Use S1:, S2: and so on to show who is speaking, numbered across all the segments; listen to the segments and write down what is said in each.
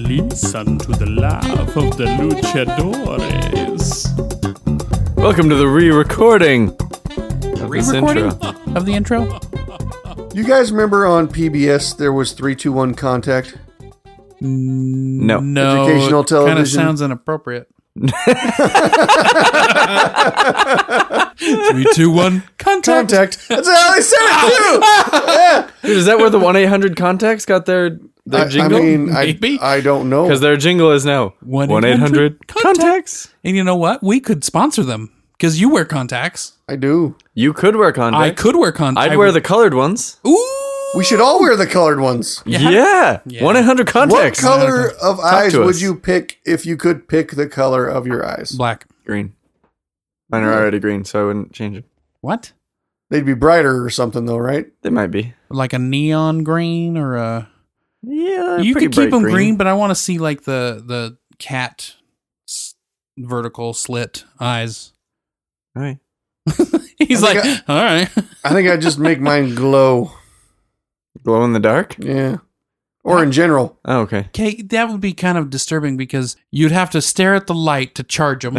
S1: listen to the laugh of the luchadores.
S2: Welcome to the re-recording of this
S3: Re-recording
S2: intro.
S3: of the intro?
S4: You guys remember on PBS there was 321 Contact?
S2: No,
S3: No,
S4: Educational
S3: Kind of
S4: television.
S3: sounds inappropriate. Three, two, one, contact.
S4: Contact. That's how they said it too.
S2: Dude, is that where the one eight hundred contacts got their their
S4: I- I,
S2: jingle?
S4: mean,
S3: Maybe.
S4: I, I don't know.
S2: because their jingle is now
S3: 1-800
S2: contacts.
S3: And you know what? We could sponsor them because you wear contacts.
S4: I do.
S2: You could wear
S3: I Oh,
S2: contacts.
S3: could wear contacts.
S2: I'd wear the colored ones.
S3: Ooh,
S4: We should all wear the colored ones.
S2: Yeah, one eight hundred
S4: What
S2: contacts.
S4: color of eyes
S2: to
S4: would
S2: us.
S4: you pick if you could pick the color of your eyes?
S3: black.
S2: Green. Mine are already green, so I wouldn't change them.
S3: What?
S4: They'd be brighter or something though, right?
S2: They might be.
S3: Like a neon green or a?
S2: Yeah,
S3: you could keep them green. but I want to see like the the cat s- vertical slit eyes.
S2: All right.
S3: He's
S4: I
S3: like, "Uh,
S4: think
S3: all right.
S4: I think I'd just make mine glow.
S2: Glow in the dark.
S4: Yeah. Or in general.
S2: Oh, okay.
S3: Okay, that would be kind of disturbing because you'd have to stare at the light to charge them,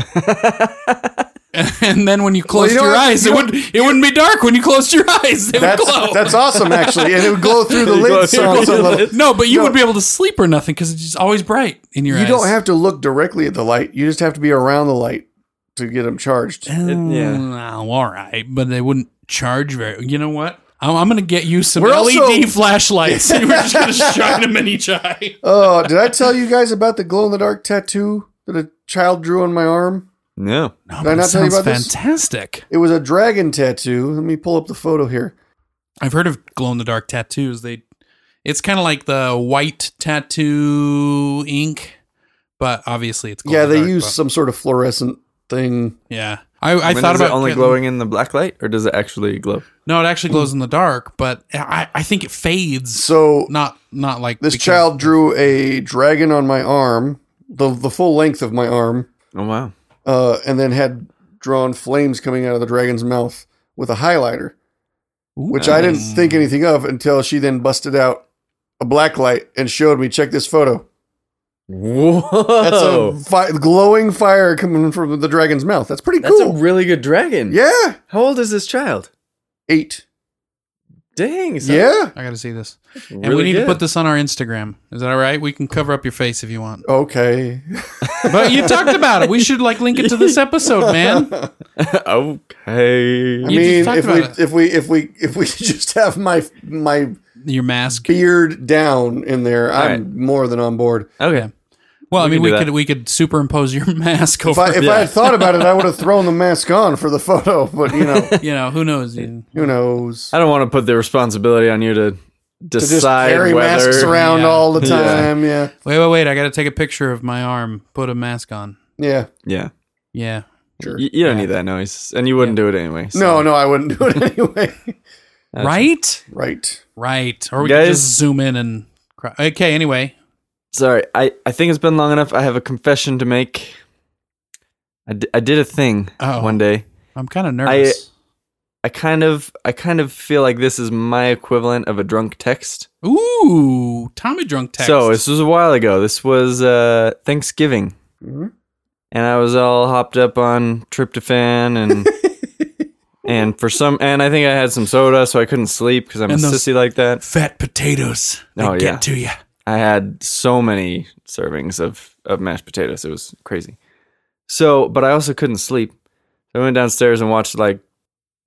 S3: and then when you closed
S4: know
S3: your
S4: what?
S3: eyes,
S4: You
S3: it
S4: know-
S3: would it wouldn't be dark when you closed your eyes. They
S4: That's
S3: would glow.
S4: that's awesome actually. And it would glow through the
S2: It'd glow
S4: lid
S2: through
S4: on
S2: the
S4: some level.
S2: lids.
S3: no, but you
S4: No.
S3: would be able to sleep or nothing because it's just always bright in your
S4: You
S3: eyes.
S4: don't have to look directly at the light. You just have to be around the light to get them charged.
S3: Oh,
S2: yeah.
S3: all right, but they wouldn't charge very. You know what? I'm, I'm gonna get you some
S4: We're
S3: LED
S4: also-
S3: flashlights. and we're just gonna shine them in each eye.
S4: Oh, did I tell you guys about the glow in the dark tattoo that a child drew on my arm?
S2: No.
S3: No,
S4: I
S3: but it
S4: not tell you
S3: sounds
S4: about this?
S3: fantastic.
S4: It was a dragon tattoo. Let me pull up the photo here.
S3: I've heard of glow in the dark tattoos. They, it's kind of like the white tattoo ink, but obviously it's glow
S4: yeah,
S3: in the
S4: they
S3: dark,
S4: use
S3: but-
S4: some sort of fluorescent thing.
S3: Yeah, I, I
S2: When
S3: thought
S2: is
S3: about
S2: it only
S3: getting-
S2: glowing in the black light, or does it actually glow?
S3: No, it actually glows in the dark, but I, I think it fades.
S4: So
S3: not not like
S4: this
S3: because-
S4: child drew a dragon on my arm, the the full length of my arm,
S2: Oh wow.
S4: uh, and then had drawn flames coming out of the dragon's mouth with a highlighter, which I
S3: um,
S4: didn't
S3: Mm.
S4: think anything of until she then busted out a black light and showed me. Check this photo.
S2: Whoa.
S4: That's a fi- glowing fire coming from the dragon's mouth. That's pretty
S2: That's
S4: cool.
S2: a really good dragon.
S4: yeah,
S2: How old is this child?
S4: eight.
S2: Dang. son.
S4: yeah.
S3: I got to see this, and we
S2: Really
S3: need to
S2: good.
S3: put this on our Instagram. Is that all right? We can cover up your face if you want.
S4: Okay.
S3: But you talked about it. We should like link it to this episode, man. You
S2: okay.
S4: I
S3: just
S4: mean,
S3: talked
S4: if we,
S3: about it.
S4: if we if we if we just have my my
S3: Your mask.
S4: beard down in there, I'm
S2: Right.
S4: more than on board.
S2: Okay.
S3: Well, I
S2: We
S3: mean,
S2: can
S3: we
S2: do that.
S3: could we could superimpose your mask
S4: If
S3: over.
S4: I if
S2: Yeah.
S4: I had thought about it, I would have thrown the mask on for the photo. But you know,
S3: you know, who knows? You-
S4: who knows?
S2: I don't want to put the responsibility on you to
S4: To just
S2: decide
S4: carry
S2: whether.
S4: masks around
S3: Yeah.
S4: all the
S2: Yeah.
S4: time. Yeah.
S3: Wait, wait, wait. I got to take a picture of my arm, put a mask on.
S4: Yeah.
S2: Yeah.
S3: Yeah.
S4: Sure.
S2: You, you don't need that noise, and you wouldn't do it anyway. so
S4: No, no, I wouldn't do it anyway.
S2: that's-
S3: right?
S4: right.
S3: Right. Or we
S2: Guys-
S3: can just zoom in and cry. Okay, anyway.
S2: Sorry, I, I think it's been long enough. I have a confession to make. I, d- I did a thing
S3: Uh-oh.
S2: one day.
S3: I'm kind of nervous.
S2: I kind of I kind of feel like this is my equivalent of a drunk text.
S3: Ooh, Tommy drunk text.
S2: So this was a while ago. This was uh, Thanksgiving,
S4: Mhm.
S2: and I was all hopped up on tryptophan and and for some and I think I had some soda, so I couldn't sleep because I'm
S3: And
S2: a
S3: those-
S2: sissy like that.
S3: fat potatoes. They
S2: Oh,
S3: get
S2: yeah.
S3: to you.
S2: I had so many servings of, of mashed potatoes. It was crazy. So, but I also couldn't sleep. I went downstairs and watched like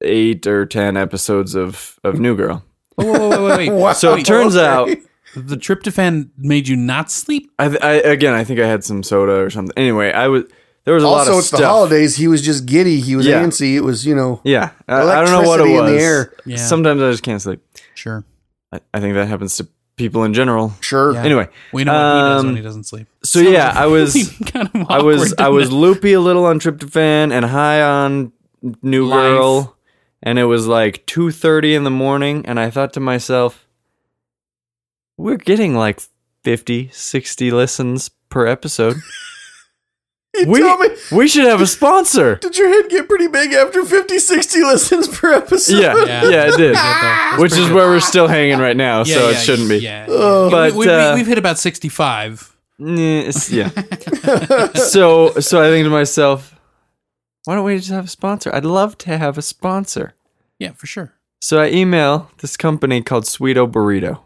S2: eight or 10 episodes of, of New Girl.
S3: Whoa, whoa, whoa, wait, wait.
S4: Wow.
S2: So it turns
S4: Okay.
S2: out,
S3: the tryptophan made you not sleep?
S2: I, I, again, I think I had some soda or something. Anyway, I was, there was a lot
S4: Also,
S2: of
S4: it's
S2: stuff.
S4: the holidays. He was just giddy. He was
S2: Yeah.
S4: antsy. It was, you know,
S2: Yeah. I, I don't know what it
S4: Electricity in
S2: was.
S4: the air.
S3: Yeah.
S2: Sometimes I just can't sleep.
S3: Sure.
S2: I, I think that happens to people in general.
S4: sure.
S3: Yeah.
S2: Anyway,
S3: We know what he does when
S2: Um,
S3: he doesn't sleep.
S2: so yeah, I was,
S3: kind of
S2: I was I was loopy a little on tryptophan and high on New
S3: Life.
S2: Girl, and it was like two thirty in the morning, and I thought to myself, we're getting like 50, 60 listens per episode.
S4: You
S2: we
S4: tell me,
S2: we should have a sponsor.
S4: did your head get pretty big after 50, 60 listens per episode?
S2: yeah,
S3: Yeah.
S2: yeah, it did.
S3: That's
S2: Which
S3: pretty
S2: is
S3: good.
S2: where we're still hanging right now, so it shouldn't be.
S3: Ah! Yeah.
S4: Oh.
S3: But
S2: But,
S3: we, we,
S2: uh,
S3: we've hit about 65.
S2: Nah, it's- yeah. so so I think to myself, why don't we just have a sponsor? I'd love to have a sponsor.
S3: Yeah, for sure.
S2: So I email this company called Sweeto Burrito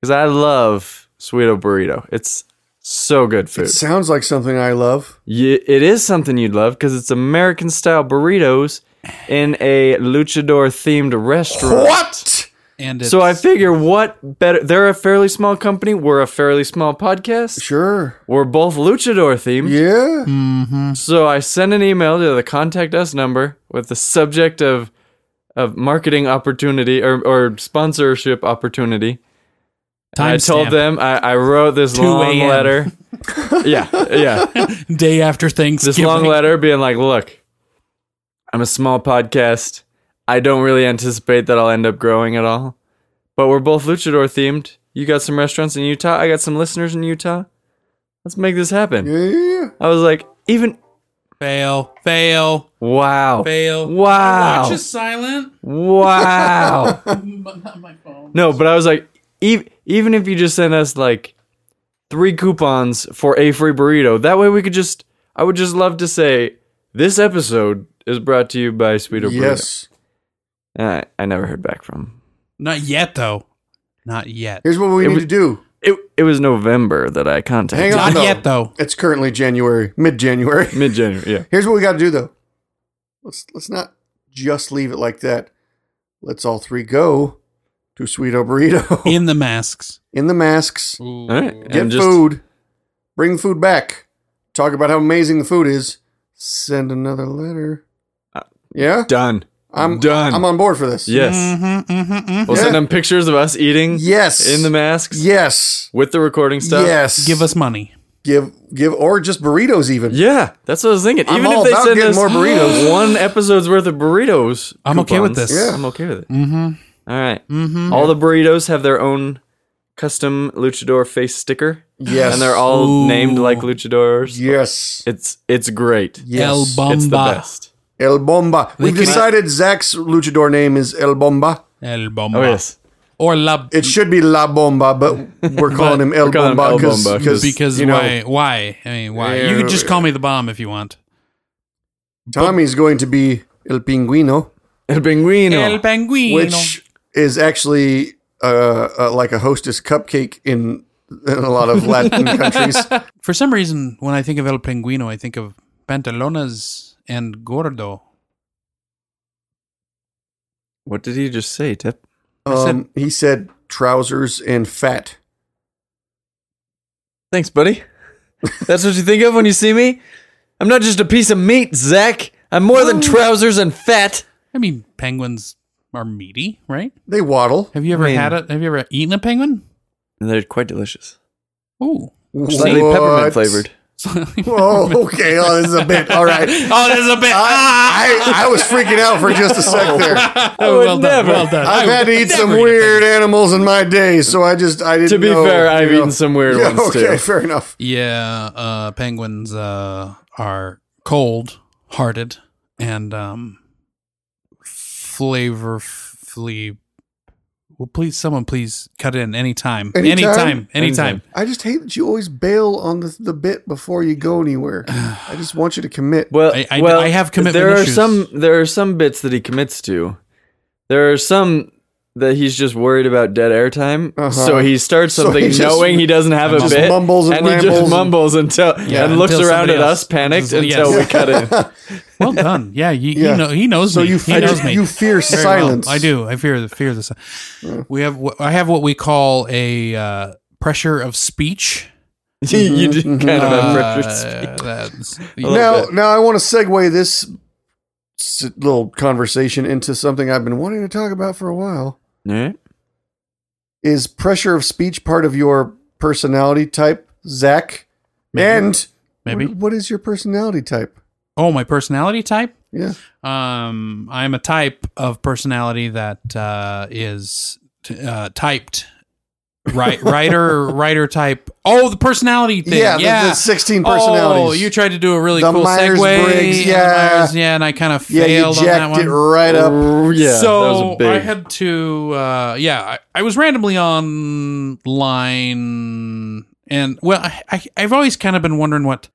S2: because I love Sweeto Burrito. It's so good
S4: It
S2: food.
S4: sounds like something I love.
S2: Ye- it is something you'd love because it's American style burritos in a luchador themed restaurant.
S4: What?
S3: And it's,
S2: So I figure, what better? They're a fairly small company. We're a fairly small podcast.
S4: Sure.
S2: We're both luchador themed.
S4: Yeah.
S2: Hmm.
S3: Mhm.
S2: So I sent an email to the contact us number with the subject of of marketing opportunity or, or sponsorship opportunity. And I told
S3: Timestamp.
S2: them I, I wrote this
S3: 2
S2: long
S3: a.m..
S2: letter. yeah, yeah.
S3: day after
S2: This
S3: Thanksgiving.
S2: long letter being like, look, I'm a small podcast. I don't really anticipate that I'll end up growing at all. But we're both luchador themed. You got some restaurants in Utah. I got some listeners in Utah. Let's make this happen.
S4: Yeah.
S2: I was like, even
S3: Fail, fail,
S2: wow.
S3: fail.
S2: Wow.
S3: My Watch is silent.
S2: Wow.
S3: Not my phone.
S2: no, but I was like, ev- even if you just send us like three coupons for a free burrito, that way we could just, I would just love to say, this episode is brought to you by Sweeter Burrito.
S4: Yes.
S2: And I, I never heard back from him.
S3: Not yet, though. Not yet.
S4: Here's what we
S2: It
S4: need
S2: was-
S4: to do.
S2: It, it was November that I contacted.
S4: Hang on.
S3: Not
S4: though.
S3: yet, though.
S4: It's currently January, mid January.
S2: Mid January, yeah.
S4: Here's what we got to do though. Let's let's not just leave it like that. Let's all three go to Sweeto Burrito in,
S3: In the masks.
S4: the masks.
S2: All right.
S4: Get
S2: And just-
S4: food. Bring food back. Talk about how amazing the food is. Send another letter. yeah,
S2: Done.
S4: I'm
S2: Uh, done.
S4: I'm on board for this.
S2: yes.
S3: Mm-hmm, mm-hmm,
S2: We'll send them pictures of us eating
S4: Yes.
S2: in the masks
S4: yes.
S2: with the recording stuff.
S4: Yes.
S3: Give us money.
S4: give give or just burritos even.
S2: Yeah, that's what I was thinking.
S4: I'm
S2: Even
S4: all
S2: if they
S4: about
S2: send
S4: getting
S2: us
S4: more burritos.
S2: one episode's worth of burritos,
S3: I'm okay with
S2: coupons,
S3: this.
S4: Yeah.
S2: I'm okay with it.
S3: Mm-hmm.
S2: All right.
S3: Mm-hmm.
S2: All the burritos have their own custom luchador face sticker,
S4: Yes.
S2: and they're all
S3: Ooh.
S2: named like luchadors.
S4: yes.
S2: It's it's great.
S4: Yes.
S3: El Bomba.
S2: It's the best.
S4: El Bomba. We've
S3: can-
S4: decided Zach's luchador name is El Bomba.
S3: El Bomba.
S2: Oh yes.
S3: Or La
S4: It should be La Bomba, but we're calling him El
S2: We're calling him
S4: Bomba
S2: El
S4: because
S2: Bomba,
S3: because
S4: you know
S3: why? Why? I mean, why?
S4: Yeah.
S3: you can just call me the bomb if you want.
S4: Tommy's going to be El Pinguino,
S2: El Pinguino.
S3: El Penguino.
S4: which is actually uh, uh, like a hostess cupcake in, in a lot of Latin countries.
S3: For some reason, when I think of El Penguino, I think of pantalones and gordo.
S2: what did he just say, Tip?
S4: Um, he said trousers and fat.
S2: Thanks, buddy. That's what you think of when you see me? I'm not just a piece of meat, Zach. I'm more than trousers and fat.
S3: I mean, penguins are meaty, right?
S4: They waddle.
S3: Have you ever
S2: I mean-
S3: had it? Have you ever eaten a penguin?
S2: And they're quite delicious.
S3: Ooh.
S2: Slightly
S4: What?
S2: peppermint flavored.
S4: Oh, okay. Oh, this is a bit. All right.
S3: Oh, there's a bit. Ah!
S4: I, I was freaking out for just a sec there.
S2: I would
S3: well done.
S2: never.
S3: Well done.
S4: I've had to eat some weird animals in my day, so I just I didn't.
S2: To be
S4: know,
S2: fair,
S4: you
S2: I've
S4: know.
S2: eaten some weird
S4: Yeah,
S2: ones
S4: okay,
S2: too.
S4: fair enough.
S3: Yeah, uh, penguins uh, are cold-hearted and um, flavorfully. Well, please, someone, please cut in anytime,
S4: Anytime?
S3: anytime, anytime.
S2: Anytime.
S4: I just hate that you always bail on the, the bit before you go anywhere. I just want you to commit.
S2: Well,
S3: I- I-
S2: well,
S3: I have commitment
S2: There are
S3: issues.
S2: some. There are some bits that he commits to. There are some that he's just worried about dead air time.
S4: Uh-huh.
S2: So he starts
S4: So
S2: something
S4: he just-
S2: knowing he doesn't have a
S4: just
S2: bit,
S4: mumbles and
S2: he
S4: rambles
S2: just
S4: and-
S2: mumbles until
S3: Yeah,
S2: and looks
S3: until
S2: around at
S3: somebody
S2: us
S3: else-
S2: panicked
S3: Yes.
S2: until we cut in.
S3: Well done. Yeah, you,
S4: Yeah.
S3: you know he knows
S4: so
S3: me.
S4: you
S3: he
S4: I
S3: knows
S4: just-
S3: me.
S4: you fear
S3: Very well.
S4: silence.
S3: I do. I fear the fear the. si- We have. wh- I have what we call a uh, pressure of speech.
S2: you do kind of have pressure.
S3: Mm-hmm. Uh, that's-
S4: Now, now I want to segue this s- little conversation into something I've been wanting to talk about for a while.
S2: Alright.
S4: Is pressure of speech part of your personality type, Zach? And
S3: maybe.
S4: what- what is your personality type?
S3: Oh, my personality type.
S4: Yeah.
S3: Um, I'm a type of personality that uh, is t- uh, typed. Right, writer, writer type. Oh, the personality thing.
S4: Yeah,
S3: Yeah,
S4: the- the 16 personalities.
S3: Oh, you tried to do a really
S4: The
S3: cool segue.
S4: Myers-Briggs,
S3: and the
S4: yeah.
S3: Myers- yeah, and I kind of
S4: Yeah, you
S3: failed on that
S4: jacked
S3: one.
S4: it right up.
S2: Yeah.
S3: so
S2: that was a big.
S3: I had to, uh, yeah, I, I was randomly online and well, I, I, I've always kind of been wondering what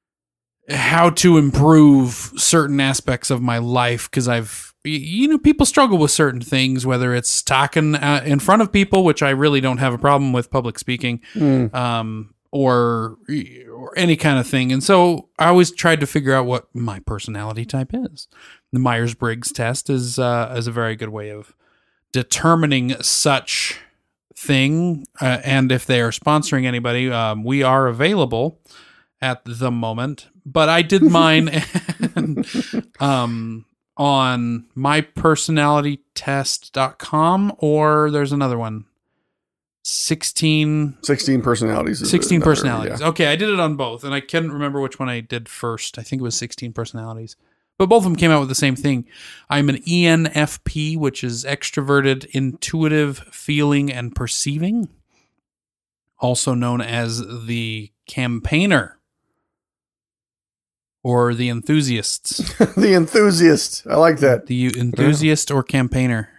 S3: how to improve certain aspects of my life because I've y- you know people struggle with certain things whether it's talking uh, in front of people which I really don't have a problem with public speaking
S4: Mm.
S3: um, or or any kind of thing. And so I always tried to figure out what my personality type is. The Myers Briggs test is uh, is a very good way of determining such thing. Uh, and if they are sponsoring anybody, um, we are available at the moment. But I did mine and, um, on mypersonalitytest.com or there's another one. 16
S4: 16 personalities. is
S3: 16
S4: another-
S3: personalities. Okay, I did it on both, and I couldn't remember which one I did first. I think it was 16 personalities. But both of them came out with the same thing. I'm an E ENFP, which is extroverted, intuitive, feeling, and perceiving, also known as the campaigner or the enthusiasts.
S4: yeah. the enthusiast. I like that.
S3: The enthusiast or campaigner.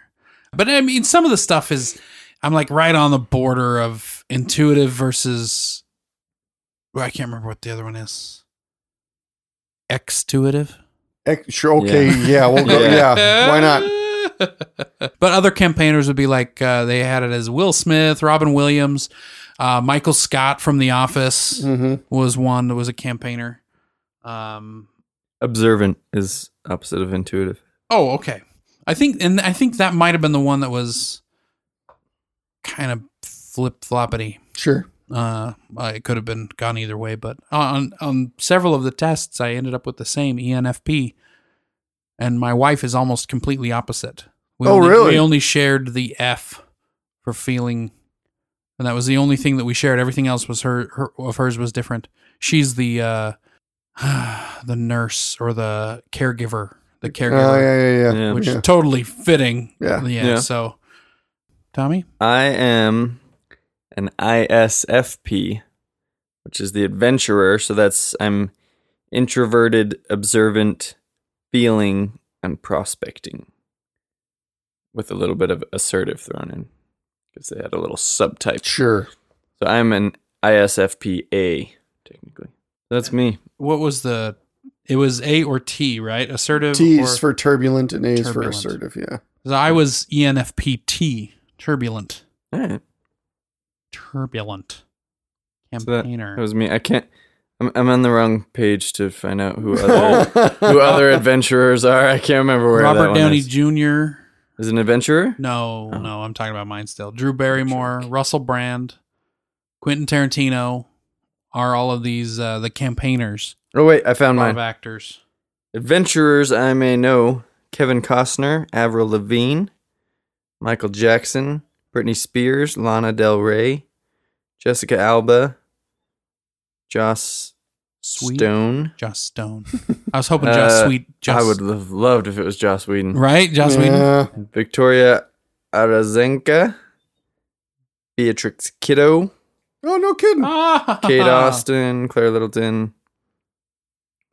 S3: But I mean, some of the stuff is, I'm like right on the border of intuitive versus, well, I can't remember what the other one is. Extuitive.
S4: Ex- sure. Okay. Yeah. we'll go.
S2: Yeah.
S4: Oh, yeah. Why not?
S3: but other campaigners would be like, uh, they had it as Will Smith, Robin Williams, uh, Michael Scott from The Office
S4: hmm
S3: was one that was a campaigner. Um,
S2: Observant is opposite of intuitive.
S3: Oh, okay. I think, and I think that might have been the one that was kind of flip floppity.
S4: Sure.
S3: Uh, uh, it could have been gone either way, but on on several of the tests, I ended up with the same E ENFP, and my wife is almost completely opposite. We
S4: Oh,
S3: only,
S4: really?
S3: We only shared the F for feeling, and that was the only thing that we shared. Everything else was her, her of hers was different. She's the uh, the nurse or the caregiver, the
S4: Oh,
S3: caregiver
S4: yeah, yeah, yeah.
S2: Yeah.
S3: which
S4: yeah.
S3: is totally fitting.
S4: Yeah.
S2: Yeah.
S3: So, Tommy,
S2: I am an ISFP, which is the adventurer. So that's I'm introverted, observant, feeling, and prospecting, with a little bit of assertive thrown in because they had a little subtype.
S4: Sure.
S2: So I'm an ISFPA technically. That's me.
S3: what was the? It was A or T, right? Assertive.
S4: T's
S3: or,
S4: for turbulent and A's for
S3: Turbulent.
S4: assertive. Yeah.
S3: I was E ENFPT, turbulent,
S2: All right,
S3: turbulent,
S2: so that,
S3: campaigner.
S2: that was me. I can't. I'm, I'm on the wrong page to find out who other who other adventurers are. I can't remember where that
S3: Robert
S2: one
S3: Downey
S2: is.
S3: Jr.
S2: Is an adventurer?
S3: No,
S2: Oh.
S3: no, I'm talking about mine still. Drew Barrymore, Russell Brand, Quentin Tarantino are all of these uh, the campaigners
S2: Oh wait, I found
S3: of
S2: mine.
S3: actors.
S2: Adventurers I may know: Kevin Costner, Avril Lavigne, Michael Jackson, Britney Spears, Lana Del Rey, Jessica Alba, Joss
S3: Sweet.
S2: Stone.
S3: Joss Stone. I was hoping Joss
S2: Uh,
S3: Sweet. Joss,
S2: I would have loved if it was Joss Whedon.
S3: Right, Joss Whedon.
S4: Yeah.
S2: Victoria Arazenka, Beatrix Kiddo,
S4: Oh, no kidding.
S2: Uh,
S3: Ah.
S2: Kate Austin, Claire Littleton,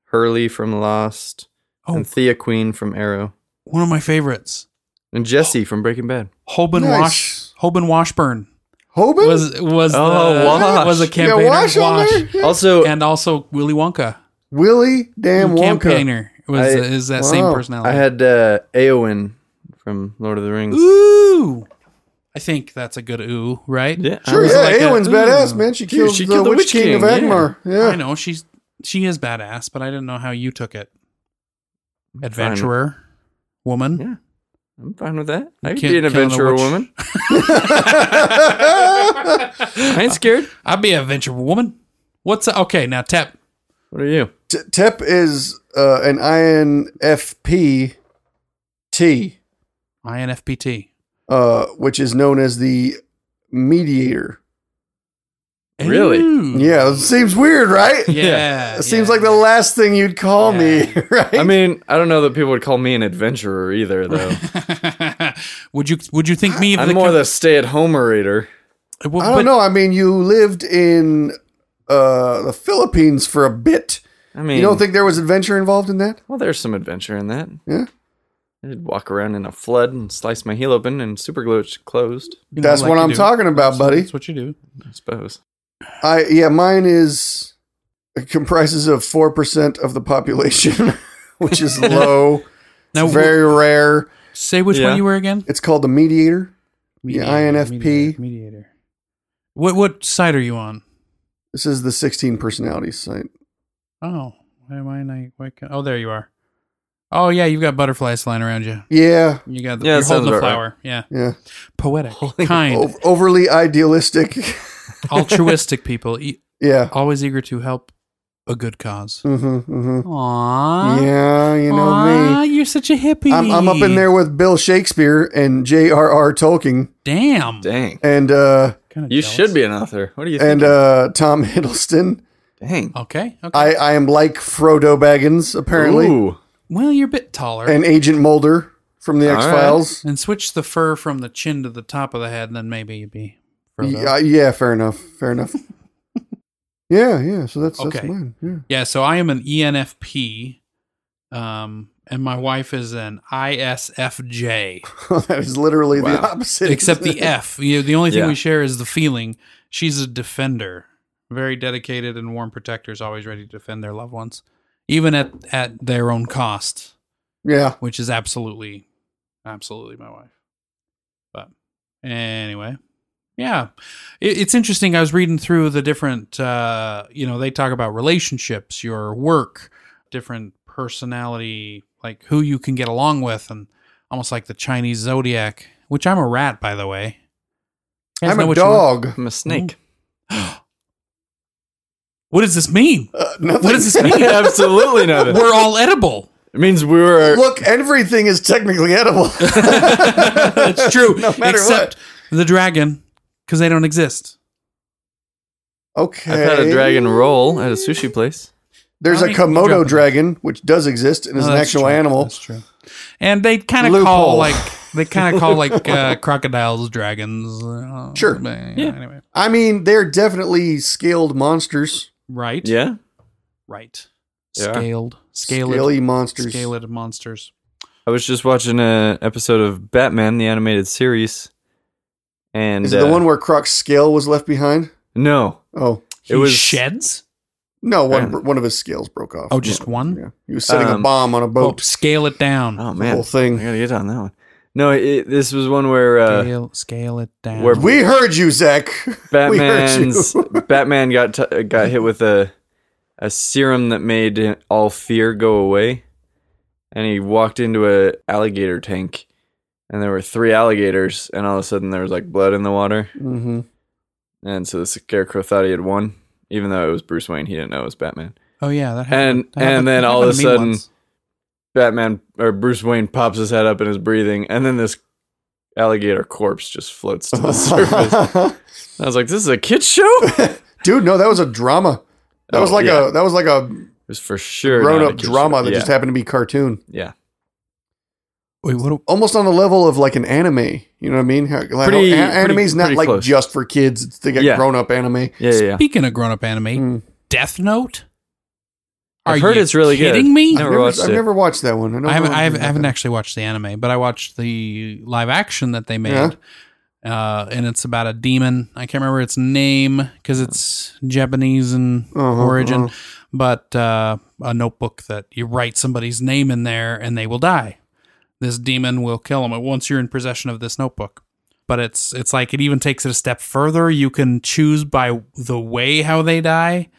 S2: Hurley from Lost,
S3: Oh.
S2: and Thea Queen from Arrow,
S3: One of my favorites.
S2: and Jesse from Breaking Bad.
S3: Hoban
S4: Nice.
S3: Wash Hoban Washburn
S4: Hoban?
S3: was was
S2: Oh,
S3: the,
S2: Wash.
S3: was a
S2: Yeah,
S4: You got
S3: campaigner.
S4: Wash on
S3: Wash.
S4: there? Mm-hmm. Yeah.
S2: Also,
S3: and also Willy Wonka.
S4: Willie damn Wonka.
S3: campaigner was
S2: I-
S3: is that same
S4: Wow.
S2: I
S3: personality.
S2: had uh, Eowyn from Lord of the Rings.
S3: ooh. I think that's a good ooh, right?
S2: Yeah, I
S4: Sure,
S2: was
S4: yeah,
S2: like a-
S4: Awen's
S2: ooh.
S4: badass, man. She
S2: Dude,
S4: killed,
S2: she
S4: the,
S2: killed
S4: Witch King, of
S2: yeah.
S4: Angmar. Yeah.
S3: I know she's she is badass, but I didn't know how you took it. Adventurer woman.
S2: Yeah. I'm fine with that. I could
S3: Can't
S2: be
S3: kill
S2: an
S3: the
S2: adventurer
S3: witch.
S2: woman. I ain't scared.
S3: I'd be an adventurer woman. What's okay now? Tap
S2: What are you?
S4: T- Tep is uh, an INFP T,
S3: INFPT.
S4: uh, which is known as the mediator.
S2: Really?
S3: Ooh.
S4: Yeah, it seems weird, right?
S3: Yeah.
S4: It seems like the last thing you'd call me, right?
S2: I mean, I don't know that people would call me an adventurer either, though.
S3: the. would you Would you think me? of
S2: I'm more the stay-at-homerator.
S3: co- well,
S4: I don't
S3: but-
S4: know. I mean, you lived in uh, the Philippines for a bit.
S2: I mean,
S4: you don't think there was adventure involved in that?
S2: Well, there's some adventure in that.
S4: Yeah.
S2: I did walk around in a flood and slice my heel open and super glue it closed.
S3: you know,
S4: That's
S3: like
S4: what
S3: you
S4: I'm
S3: do.
S4: talking about, buddy.
S3: That's what you do.
S2: I suppose.
S4: I yeah, mine is it comprises of four percent of the population, which is low.
S3: Now,
S4: it's very rare.
S3: wh- say which
S2: Yeah.
S3: one you were again.
S4: It's called the mediator.
S3: Mediator,
S4: INFP.
S3: Mediator. mediator. What what side are you on?
S4: This is the 16 personalities site.
S3: Oh, why am I not? Why can, oh, there you are. Oh yeah, you've got butterflies flying around you.
S4: Yeah,
S3: You got the,
S2: Yeah,
S3: you're holding
S2: that sounds
S3: the
S2: about right.
S3: flower. Yeah,
S4: yeah.
S3: poetic, kind,
S4: O- overly idealistic.
S3: altruistic people, e-
S4: yeah.
S3: always eager to help a good cause.
S4: hmm hmm
S3: Aww.
S4: Yeah, you know me.
S3: You're such a hippie.
S4: I'm, I'm up in there with Bill Shakespeare and J.R.R. Tolkien
S3: Damn.
S2: Dang.
S4: and uh,
S3: Kinda
S2: You
S3: jealous.
S2: should be an author. What do you think?
S4: and uh, Tom Hiddleston.
S2: Dang.
S3: Okay. Okay.
S4: I, I am like Frodo Baggins apparently,
S2: Ooh.
S3: well, you're a bit taller. And,
S4: and Agent Mulder from the
S2: All
S4: X Files.
S3: switch the fur from the chin to the top of the head, and then maybe you'd be. Frodo.
S4: Yeah, uh, yeah, fair enough. Fair enough. yeah, yeah. So that's
S3: Okay.
S4: that's mine. Yeah.
S3: Yeah, so I am an E ENFP, um, and my wife is an ISFJ.
S4: that is literally
S2: Wow.
S4: the opposite.
S3: Except the F. You know, the only thing
S2: Yeah.
S3: we share is the feeling. She's a defender, very dedicated and warm protectors, always ready to defend their loved ones, even at at their own cost,
S4: Yeah.
S3: which is absolutely, absolutely my wife. But anyway, yeah, it, it's interesting. I was reading through the different, uh, you know, they talk about relationships, your work, different personality, like who you can get along with, and almost like the Chinese zodiac, which I'm a rat, by the way. You guys
S4: I'm
S3: know
S4: a
S3: what you are?
S4: dog.
S2: I'm a snake.
S3: What does this mean?
S4: Uh, nothing.
S3: What does this mean?
S2: Absolutely nothing.
S3: We're all edible.
S2: It means we were.
S4: Look, everything is technically edible.
S3: That's true.
S4: no matter
S3: except the dragon, because they don't exist.
S4: what. Okay.
S2: I've had a dragon roll at a sushi place.
S4: There's
S3: How
S4: a
S3: many can you drop in?
S4: Komodo dragon, which does exist and is
S3: No,
S4: an
S3: Oh, that's
S4: actual
S3: true.
S4: animal.
S3: That's true. And they kind of call
S4: Loophole.
S3: like they kind of call like uh, crocodiles dragons. uh,
S4: Sure.
S3: but, yeah,
S2: Yeah.
S3: Anyway,
S4: I mean, they're definitely scaled monsters,
S3: right.
S2: Yeah.
S3: Right.
S2: Yeah.
S3: Scaled. Scaled.
S4: scaly monsters.
S3: Scaled monsters.
S2: I was just watching an episode of Batman, the animated series. And.
S4: Is it the
S2: uh,
S4: one where Croc's scale was left behind?
S2: No.
S4: Oh
S2: It
S3: He
S2: was-
S3: sheds.
S4: no, one
S2: Apparently.
S4: one of his scales broke off.
S3: Oh, just one.
S4: Yeah, he was setting
S2: Um,
S4: a bomb on a
S3: Oh,
S4: boat.
S3: scale it down.
S2: Oh,
S4: the
S2: man.
S4: whole
S2: I
S4: thing.
S2: gotta get on that one. No, it, this was one where. Uh,
S3: scale, scale it down.
S2: Where-
S4: We heard you, Zach. we heard you.
S2: Batman's Batman got t- got hit with a a serum that made all fear go away, and he walked into a alligator tank, and there were three alligators, and all of a sudden there was like blood in the water,
S3: Mm-hmm.
S4: hmm
S2: and so the scarecrow thought he had won, even though it was Bruce Wayne, he didn't know it was Batman.
S3: oh yeah, that happened.
S2: And
S3: That happened-
S2: and then
S3: that
S2: all
S3: happened to
S2: of a
S3: me
S2: sudden,
S3: once.
S2: Batman or Bruce Wayne pops his head up and is breathing, and then this alligator corpse just floats to the surface. I was like, this is a kid's show. It
S4: Dude, no, that was a drama. That
S2: Oh,
S4: was like
S2: yeah.
S4: a that was like a
S2: was for sure not
S4: grown
S2: a
S4: up
S2: kid's show.
S4: drama that
S2: Yeah.
S4: just happened to be cartoon.
S2: Yeah.
S3: Wait, what? do-
S4: Almost on the level of like an anime. You know what I mean? How, like,
S2: Pretty-
S4: a- anime's
S2: pretty-
S4: not
S2: pretty
S4: like
S2: close.
S4: just for kids. It's, they got
S2: Yeah.
S4: grown up anime.
S2: Yeah, yeah, yeah.
S3: Speaking of grown-up anime,
S4: Mm.
S3: Death Note.
S2: I've heard
S3: you
S2: it's really good.
S3: kidding me?
S2: I've never watched
S4: I've
S2: it.
S4: never watched that one. I, don't
S3: I haven't,
S4: know
S3: I haven't, I
S4: anything
S3: haven't
S4: about
S3: actually watched the anime, but I watched the live action that they made.
S4: Yeah.
S3: Uh, and it's about a demon. I can't remember its name because it's Japanese in
S4: Uh-huh,
S3: origin,
S4: uh-huh.
S3: but uh, a notebook that you write somebody's name in there and they will die. This demon will kill them once you're in possession of this notebook. But it's it's like it even takes it a step further. You can choose by the way how they die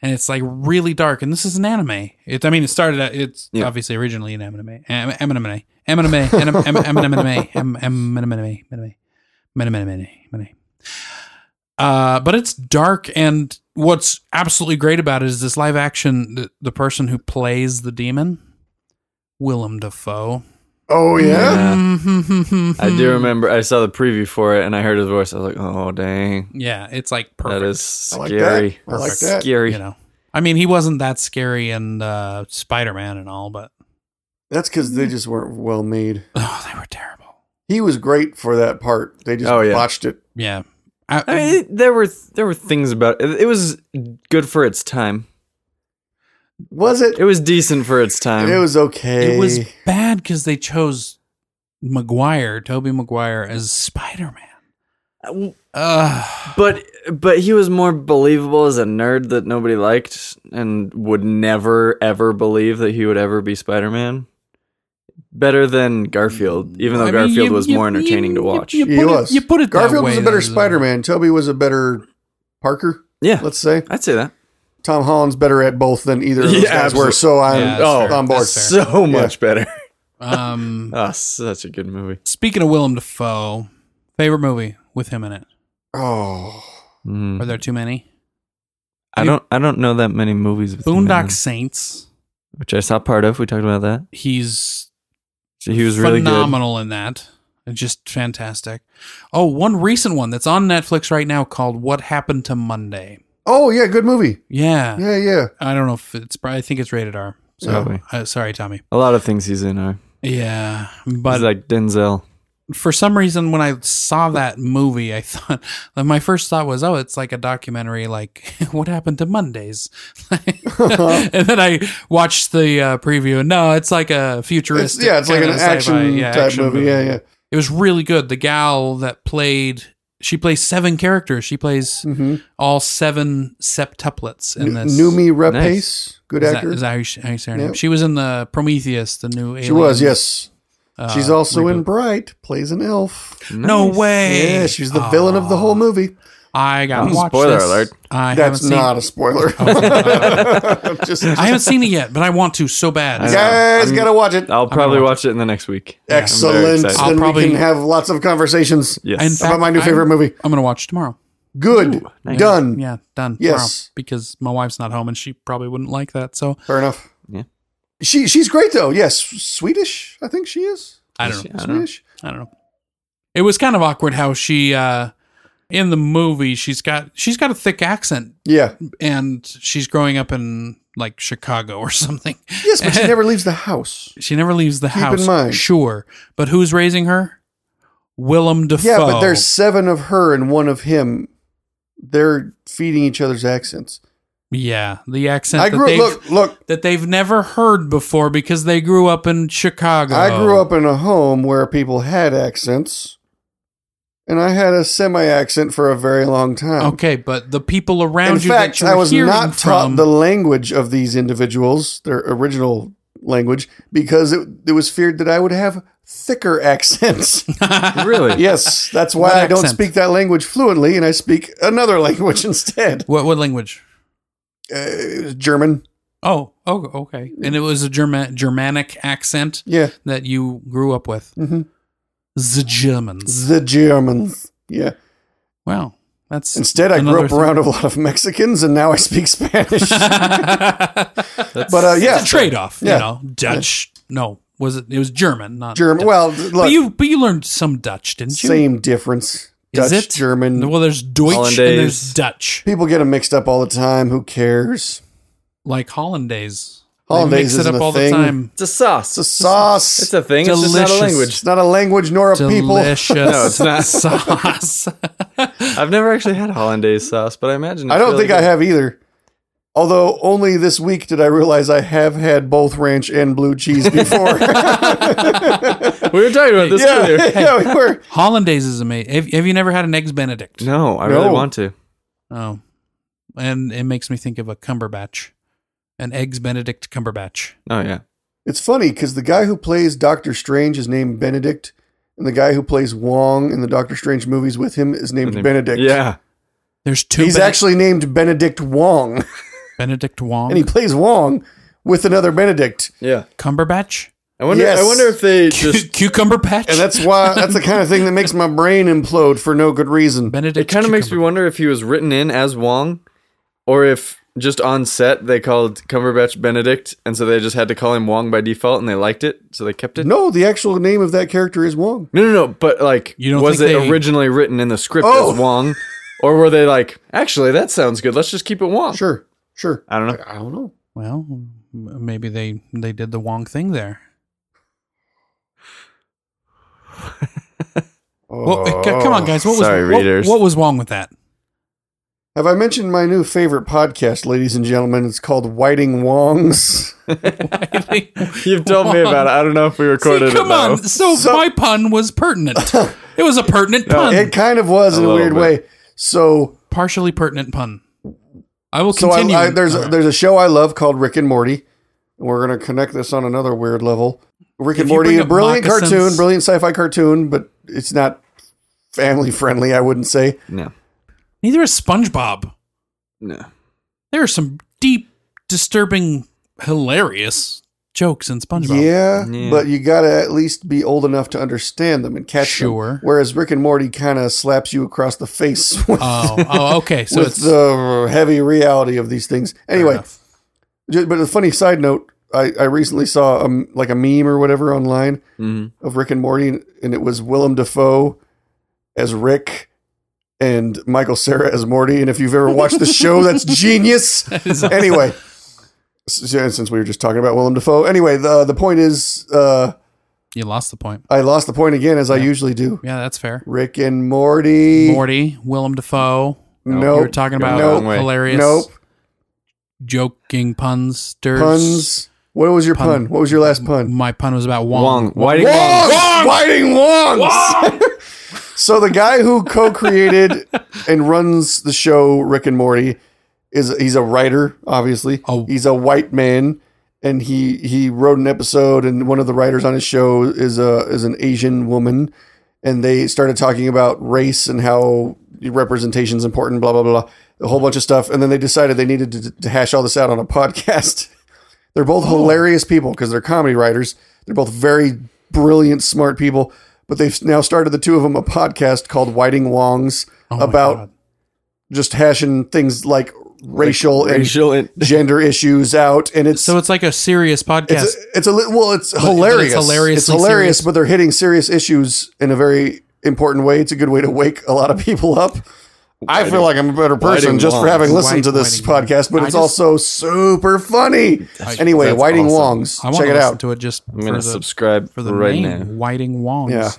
S3: and it's like really dark. And this is an anime. It, I mean, it started. at- It's
S2: Yeah.
S3: obviously originally an anime. Anime. Anime. Anime. Anime. Anime. Anime. Anime. Anime. Anime. Anime. Anime. Anime. Uh, but it's dark, and what's absolutely great about it is this live action. The, the person who plays the demon, Willem Dafoe. Mm-hmm.
S4: Oh
S2: Mm-hmm.
S4: yeah.
S2: I do
S3: Hmm.
S2: remember I saw the preview for it and I heard his voice. I was like, "Oh dang,
S3: Yeah, it's like perfect.
S2: that is
S4: I like
S2: scary,
S4: that. I like
S3: Perfect.
S4: that.
S2: scary."
S3: you know. I mean, he wasn't that scary in uh, Spider Man and all, but
S4: That's because they just weren't well made.
S3: oh, they were terrible.
S4: He was great for that part. They just
S2: Oh, yeah.
S4: botched it.
S3: Yeah. I,
S2: I mean, it- there were there were things about it. It was good for its time.
S4: Was it?
S2: It was decent for its time.
S4: It was okay.
S3: it was bad because they chose McGuire, Toby Maguire, as Spider Man. Uh,
S2: But but he was more believable as a nerd that nobody liked and would never ever believe that he would ever be Spider Man. Better than Garfield, even though
S3: Mm, I mean,
S2: Garfield
S3: you-
S2: was
S3: you-
S2: more
S3: you-
S2: entertaining to
S3: you-
S2: watch.
S3: You,
S4: He
S3: put
S4: was.
S3: It, you put it that
S4: Garfield was
S3: way,
S4: a better
S3: though.
S4: Spider Man. Toby was a better Parker,
S2: yeah,
S4: let's say.
S2: I'd say that
S4: Tom Holland's better at both than either of those
S2: Yeah,
S4: guys were. So I'm
S3: Yeah, that's
S4: oh,
S3: fair.
S4: on board.
S3: That's fair.
S2: so much better.
S3: Um,
S2: Ah, such a good movie.
S3: speaking of Willem Dafoe, favorite movie with him in it?
S4: Oh,
S2: Mm.
S3: Are there too many?
S2: I don't I don't know that many movies with him in
S3: Boondock
S2: them,
S3: Saints.
S2: which I saw part of. We talked about that.
S3: He's
S2: So he was really
S3: phenomenal in that. And Just fantastic. Oh, one recent one that's on Netflix right now called "What Happened to Monday."
S4: oh yeah, good movie.
S3: Yeah,
S4: Yeah, yeah.
S3: I don't know if it's. I think it's rated R. So
S2: Probably.
S3: uh, sorry, Tommy.
S2: good. A lot of things he's in are.
S3: Yeah,
S2: He's
S3: but
S2: like Denzel.
S3: for some reason when I saw that movie, I thought my first thought was, "Oh, it's like a documentary, like what happened to Mondays." and then I watched the uh, preview, and no, it's like a
S4: It's,
S3: futuristic.
S4: yeah, it's like an
S3: kinda sci-fi,
S4: action
S3: yeah,
S4: type
S3: action
S4: movie. Yeah, yeah.
S3: It was really good. The gal that played, she plays seven characters. She plays
S4: Mm-hmm.
S3: all seven septuplets in this.
S4: Numi Rapace,
S2: Nice.
S4: good
S3: is that,
S4: actor.
S3: is that how you, sh- how you say her name?
S4: Yep.
S3: She was in the Prometheus, the new.
S4: she
S3: Alien,
S4: was, yes.
S3: uh,
S4: She's also in
S3: reboot.
S4: Bright, plays an elf.
S3: No
S2: Nice.
S3: way.
S4: Yeah, she's the villain of the whole movie.
S3: I got to
S2: Oh,
S3: watch
S2: spoiler
S3: this.
S2: alert.
S3: I
S4: That's
S3: haven't
S4: not a spoiler. Just
S3: Seen, I haven't seen it yet, but I want to so bad.
S2: I know.
S4: guys
S2: I'm-
S4: gotta watch it.
S2: I'll probably
S3: watch
S2: watch it in the next week. I'm very
S4: Excellent.
S2: excited.
S3: I'll
S4: Then we
S3: probably-
S4: can have lots of conversations
S2: Yes.
S3: And-
S4: about my new
S3: I'm-
S4: favorite movie.
S3: I'm gonna watch tomorrow.
S4: Good.
S2: Ooh, nice.
S4: Done.
S3: Yeah, done.
S4: Yes.
S3: tomorrow, because my wife's not home and she probably wouldn't like that. So
S4: Fair enough.
S2: Yeah.
S4: She she's great though. Yes, Swedish. I think she is
S3: I don't know.
S2: I don't know.
S4: Swedish.
S3: I don't know. It was kind of awkward how she uh in the movie she's got she's got a thick accent
S4: Yeah.
S3: and she's growing up in like Chicago or something.
S4: Yes, but she never leaves the house.
S3: She never leaves the
S4: in
S3: house.
S4: mind.
S3: Sure. But who's raising her? Willem Dafoe.
S4: Yeah, but there's seven of her and one of him. They're feeding each other's accents.
S3: Yeah, the accent
S4: I
S3: that
S4: grew
S3: they've
S4: look look.
S3: that they've never heard before because they grew up in Chicago.
S4: I grew up in a home where people had accents, and I had a semi accent for a very long time.
S3: Okay, but the people around
S4: In
S3: you that
S4: fact,
S3: you're
S4: I was
S3: hearing
S4: not
S3: from
S4: taught the language of these individuals, their original language, because it, it was feared that I would have thicker accents.
S2: really?
S4: yes, that's why
S3: What
S4: I don't
S3: accent?
S4: speak that language fluently, and I speak another language instead.
S3: what what language?
S4: Uh, it was German.
S3: Oh, oh, okay. And it was a German Germanic accent
S4: Yeah,
S3: that you grew up with.
S4: Mhm.
S3: The Germans.
S4: the Germans. Yeah.
S3: Wow, that's
S4: Instead, I grew
S3: another
S4: up
S3: thing.
S4: around a lot of Mexicans, and now I speak Spanish.
S3: it's
S4: but uh, yeah,
S3: a trade-off.
S4: Yeah.
S3: You know, Dutch. No, was it? It was German, not
S4: German.
S3: Dutch.
S4: Well, look,
S3: but you but you learned some Dutch, didn't you?
S4: same difference.
S3: Is
S4: Dutch,
S3: it?
S4: German.
S3: Well, there's Deutsch
S2: Hollandaise.
S3: and there's Dutch,
S4: People get them mixed up all the time. Who cares?
S3: like Hollandaise.
S4: Hollandaise
S3: they mix it
S4: isn't a
S3: up all
S4: thing.
S3: the time.
S2: It's a sauce.
S4: It's a sauce.
S2: It's a thing. It's just not a
S3: Delicious.
S2: language.
S4: It's not a language nor a
S3: Delicious
S4: people.
S2: No, it's not.
S3: sauce.
S2: I've never actually had hollandaise sauce, but I imagine.
S4: I
S2: it's
S4: don't
S2: really
S4: think I
S2: good.
S4: have either. Although only this week did I realize I have had both ranch and blue cheese before.
S2: We were talking about this
S4: yeah,
S2: earlier.
S4: yeah, we were.
S3: Hollandaise is amazing. Have, have you never had an eggs Benedict?
S2: No, I really
S4: No.
S2: want to.
S3: Oh, and it makes me think of a Cumberbatch, an eggs Benedict Cumberbatch.
S2: Oh yeah.
S4: It's funny because the guy who plays Doctor Strange is named Benedict, and the guy who plays Wong in the Doctor Strange movies with him is named Benedict.
S2: Yeah.
S3: There's two.
S4: He's
S3: Bene-
S4: actually named Benedict Wong,
S3: Benedict Wong
S4: and he plays Wong with another Benedict.
S2: Yeah.
S3: Cumberbatch.
S2: I wonder.
S4: Yes.
S2: I wonder if they
S3: Cu-
S2: just.
S3: cucumber patch.
S4: And that's why that's the kind of thing that makes my brain implode for no good reason.
S3: Benedict.
S2: It kind of makes me
S3: Cucumber-
S2: wonder if he was written in as Wong, or if just on set they called Cumberbatch Benedict, and so they just had to call him Wong by default, and they liked it, so they kept it.
S4: No, the actual name of that character is Wong.
S2: No, no, no. But like,
S3: You don't
S2: was it
S3: think they-
S2: originally written in the script
S4: Oh!
S2: as Wong, or were they like, actually, that sounds good. Let's just keep it Wong.
S4: Sure, sure.
S2: I don't know.
S4: I don't know.
S3: Well, m- maybe they they did the Wong thing there. Well, c- come on, guys. What was
S2: Sorry,
S3: what,
S4: Oh.
S2: readers.
S3: what was wrong with that?
S4: Have I mentioned my new favorite podcast, ladies and gentlemen? It's called Whiting Wongs.
S2: You've told me about it. I don't know if we
S3: See,
S2: recorded
S3: come
S2: it though.
S3: on. So,
S4: So-
S3: my pun was pertinent. it was a pertinent pun.
S4: It kind of was in a
S2: little
S4: weird
S2: bit.
S4: way. So,
S3: Partially pertinent pun. I will
S4: so I,
S3: continue. Uh,
S4: I- there's
S3: All right.
S4: there's a show I love called Rick and Morty. We're gonna connect this on another weird level. Rick
S3: If
S4: and
S3: you
S4: Morty,
S3: bring
S4: a
S3: up
S4: brilliant
S3: moccasins-
S4: cartoon, brilliant sci-fi cartoon, but it's not family friendly. I wouldn't say.
S2: No,
S3: Neither is SpongeBob.
S2: no.
S3: There are some deep, disturbing, hilarious jokes in SpongeBob.
S4: Yeah,
S2: Yeah.
S4: but you gotta at least be old enough to understand them and catch them.
S3: Sure.
S4: Whereas Rick and Morty kind of slaps you across the face with,
S3: Oh, oh, okay. So
S4: with
S3: it's
S4: the heavy reality of these things. Anyway,
S3: enough.
S4: ju- but a funny side note: I, I recently saw um like a meme or whatever online
S2: hmm
S4: of Rick and Morty, and it was Willem Dafoe as Rick and Michael Sarah as Morty. And if you've ever watched the show, that's genius. anyway, s- s- since we were just talking about Willem Dafoe, anyway, the the point is, uh,
S3: you lost the point.
S4: I lost the point again as I usually do.
S3: Yeah, that's fair.
S4: Rick and Morty.
S3: Morty, Willem Dafoe.
S4: No,
S2: You
S3: You were talking
S2: Going
S3: about
S2: the wrong way.
S3: hilarious,
S4: nope.
S3: joking puns.
S4: Puns. What was your pun.
S3: Pun.
S4: What was your last pun?
S3: My pun was about Wong.
S2: Wong. Whiting Wong.
S4: Wongs! Whiting Wongs! so the guy who co-created and runs the show Rick and Morty is he's a writer, obviously.
S3: Oh.
S4: He's a white man, and he he wrote an episode, and one of the writers on his show is a is an Asian woman, and they started talking about race and how representation is important, blah blah blah, a whole bunch of stuff, and then they decided they needed to, to hash all this out on a podcast. They're both hilarious people because they're comedy writers. They're both very brilliant, smart people. But they've now started the two of them a podcast called Whiting Wongs
S3: Oh my
S4: about
S3: God.
S4: just hashing things like racial and
S2: Racial. and-
S4: gender issues out, and it's
S3: So it's like a serious podcast.
S4: it's a, it's a li- well, it's hilarious,
S3: hilariously
S4: it's hilarious,
S3: serious.
S4: but they're hitting serious issues in a very important way. It's a good way to wake a lot of people up. I feel like I'm a better person
S2: Whiting
S4: just for having
S2: Wongs.
S4: listened to
S3: White-
S4: this
S3: Whiting
S4: podcast, but
S3: I
S4: it's
S3: just-
S4: also super funny. anyway,
S2: that's
S4: Whiting
S2: awesome.
S4: Wongs,
S3: I want
S4: check
S3: to
S4: it
S3: listen
S4: out.
S3: to it just
S2: I'm
S3: for
S2: gonna
S3: the,
S2: subscribe
S3: for the
S2: right
S3: name,
S2: now.
S3: Whiting Wongs.
S4: Yeah.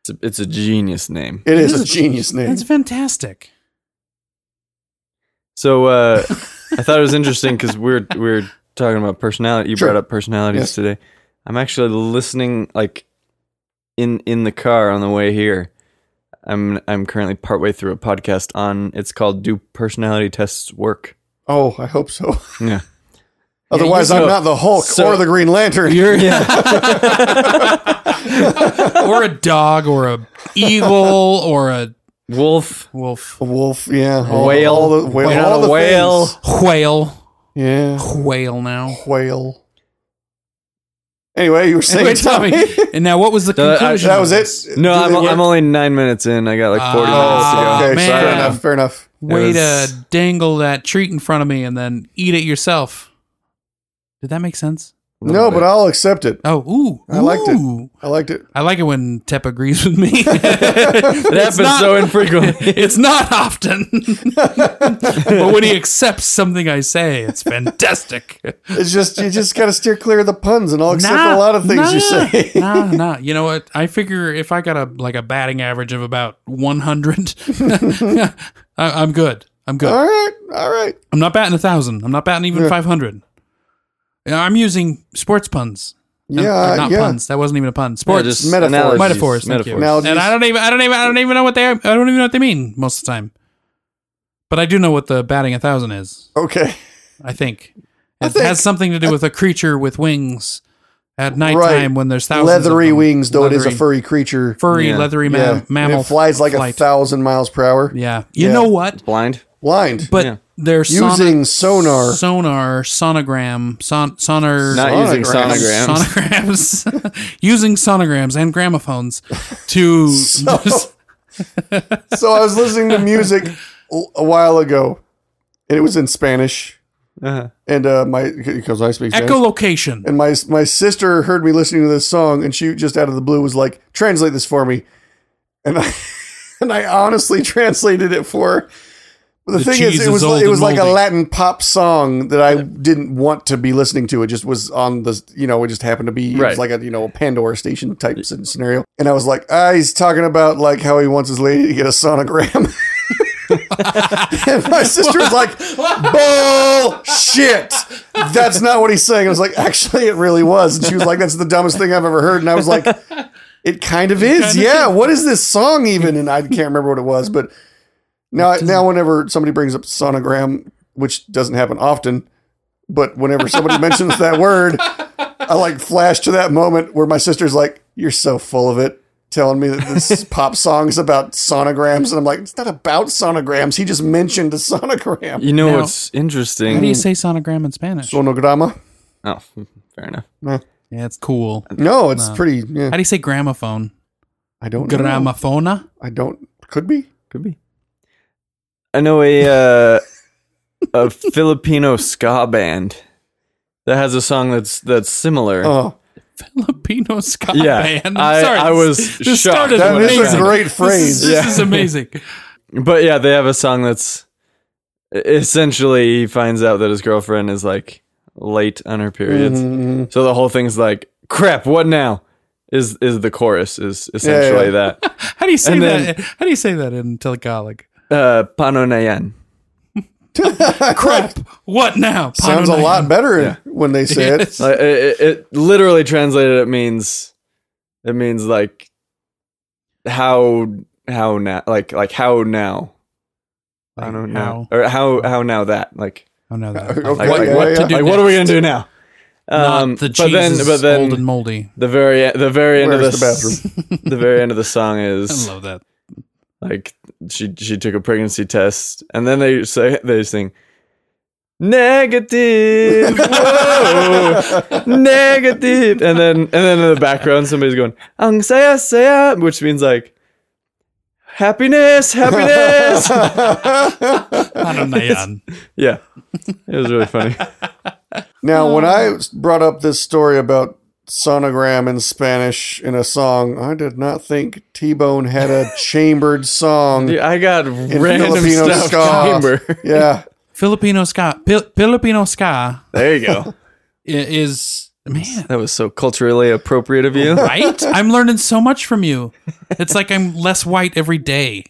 S2: It's a, it's a genius name.
S4: It is a genius name.
S3: That's fantastic.
S2: So uh, I thought it was interesting because we're we're talking about personality. You
S4: Sure.
S2: brought up personalities
S4: Yes.
S2: today. I'm actually listening like in in the car on the way here. I'm I'm currently partway through a podcast on. It's called "Do Personality Tests Work?"
S4: Oh, I hope so.
S2: Yeah.
S4: Otherwise,
S2: you-
S4: I'm
S2: so-
S4: not the Hulk
S2: so-
S4: or the Green Lantern.
S3: or a dog, or a eagle, or a
S2: Wolf.
S3: wolf,
S4: A wolf, yeah,
S2: A whale.
S4: all the whale,
S2: You're not
S4: all
S2: a
S4: the
S2: whale.
S4: things.
S3: whale,
S4: yeah,
S3: whale. Now,
S4: whale. Anyway, you were saying
S3: Wait,
S4: Tommy.
S3: Tommy. And now, what was the
S2: Uh, I-
S3: conclusion?
S4: that
S3: of
S4: was
S3: this?
S4: it.
S2: No,
S4: Did
S2: I'm,
S4: it work?
S2: I'm only nine minutes in. I got like 40
S3: Ah,
S2: minutes to go.
S4: Oh, okay,
S3: man.
S4: fair enough. Fair enough.
S3: Way
S2: was-
S3: to dangle that treat in front of me and then eat it yourself. Did that make sense?
S4: No, but I'll accept it.
S3: Oh, ooh,
S4: I liked it.
S3: ooh.
S4: I liked it.
S3: I like it when Tep agrees with me.
S2: it happens
S3: not-
S2: so infrequently.
S3: it's not often, but when he accepts something I say, it's fantastic.
S4: It's just you just gotta steer clear of the puns, and I'll accept a lot of things you say.
S3: nah, nah. You know what? I figure if I got a like a batting average of about 100, I, I'm good. I'm good.
S4: all right, all right.
S3: I'm not batting a thousand. I'm not batting even 500. Yeah, I'm using sports puns.
S4: Yeah,
S3: Or not
S4: Uh, yeah.
S3: puns. That wasn't even a pun.
S2: Yeah,
S3: Sports
S2: just
S4: metaphors.
S2: analogies,
S3: metaphors. Thank you.
S2: metaphors.
S4: Analogies.
S3: And I don't even I don't even I don't even know what they are. I don't even know what they mean most of the time. But I do know what the batting a thousand is.
S4: Okay,
S3: I think it
S4: think-
S3: has something to do with a creature with wings at nighttime when there's thousands of
S4: leathery
S3: them.
S4: wings, though it is a
S3: Leathery-
S4: furry creature.
S3: furry
S2: Yeah.
S3: leathery ma-
S4: Yeah, and
S3: mammal.
S4: it flies like
S3: flight.
S4: a thousand miles per hour.
S3: Yeah, you
S4: Yeah.
S3: know what?
S2: Blind.
S4: Blind,
S3: But
S2: Yeah.
S3: they're
S4: using sonar.
S3: sonar, sonogram, son- sonar,
S2: Not using
S4: Sonograms.
S2: sonograms.
S3: sonograms, using sonograms and gramophones to
S4: so I was listening to music l- a while ago, and it was in Spanish.
S2: Uh-huh.
S4: And uh, my because I speak Spanish,
S3: echolocation.
S4: and my my sister heard me listening to this song, and she just out of the blue was like, "Translate this for me," and I and I honestly translated it for. her. But the,
S3: The
S4: thing is,
S3: cheese
S4: it was
S3: is old
S4: it was
S3: and
S4: like a
S3: moldy.
S4: Latin pop song that I didn't want to be listening to. It just was on the you know it just happened to be it was
S2: Right.
S4: like a you know a Pandora station type s- scenario, and I was like, ah, he's talking about like how he wants his lady to get a sonogram. And my sister was like, bullshit. That's not what he's saying. I was like, actually, it really was. And she was like, that's the dumbest thing I've ever heard. And I was like, it kind of is.
S3: kind of
S4: yeah. What is this song even? And I can't remember what it was. But now, now whenever somebody brings up sonogram, which doesn't happen often, but whenever somebody mentions that word, I like flash to that moment where my sister's like, you're so full of it. Telling me that this pop song is about sonograms, and I'm like, it's not about sonograms. He just mentioned a sonogram.
S2: You know
S3: Now-
S2: what's interesting?
S3: How do you say sonogram in Spanish?
S4: Sonograma?
S2: oh, fair enough.
S3: yeah, it's cool.
S4: No, it's
S3: No.
S4: pretty. Yeah,
S3: How do you say gramophone?
S4: I don't know.
S3: Gramophona?
S4: I don't. Could be.
S2: Could be. I know a uh, a Filipino ska band that has a song that's that's similar.
S4: Oh,
S3: Filipino ska
S2: Yeah,
S3: band.
S2: I- I was shocked.
S3: started
S2: That-
S4: this is
S3: amazing.
S4: a great
S3: This,
S4: phrase.
S3: is- this is amazing.
S2: But yeah, they have a song that's essentially he finds out that his girlfriend is like late on her periods.
S4: Mhm.
S2: So the whole thing's like, crap, what now? Is is the chorus is essentially that.
S3: How do you say
S2: And
S3: that? How do you say that in Tagalog?
S2: Uh Panonayan.
S4: Crap.
S3: What now?
S4: Sounds a
S3: Panonayan.
S4: lot better when they say it.
S3: Yes.
S2: Like, it, it, it literally translated it means it means like how how now like like how now. I
S3: Like,
S2: don't
S3: how-
S2: know. Or how how now that. Like
S3: Oh no! that-
S4: Okay,
S2: like,
S4: Yeah,
S2: like,
S4: yeah,
S2: what,
S4: yeah.
S2: like, what are we gonna
S3: next?
S2: do now? Um
S3: Not the
S2: but
S3: cheese
S2: then
S3: is old
S2: but
S3: and
S2: then
S3: moldy.
S2: the very e, the very end of
S4: Where's
S2: this,
S4: the bathroom?
S2: the very end of the song
S3: I
S2: is
S3: love that.
S2: like she she took a pregnancy test and then they say they sing negative whoa, negative and then and then in the background somebody's going ang saya saya which means like happiness happiness
S3: Panonayan.
S2: yeah it was really funny
S4: Now, when
S2: Oh.
S4: I brought up this story about sonogram in Spanish in a song, I did not think T Bone had a chambered song.
S2: Dude, i got random
S4: Filipino
S2: stuff
S4: ska.
S2: chamber.
S4: Yeah.
S3: Filipino ska. Pil- Filipino ska
S2: there you go
S3: i- is man.
S2: that was so culturally appropriate of you
S3: Right? I'm learning so much from you. It's like I'm less white every day.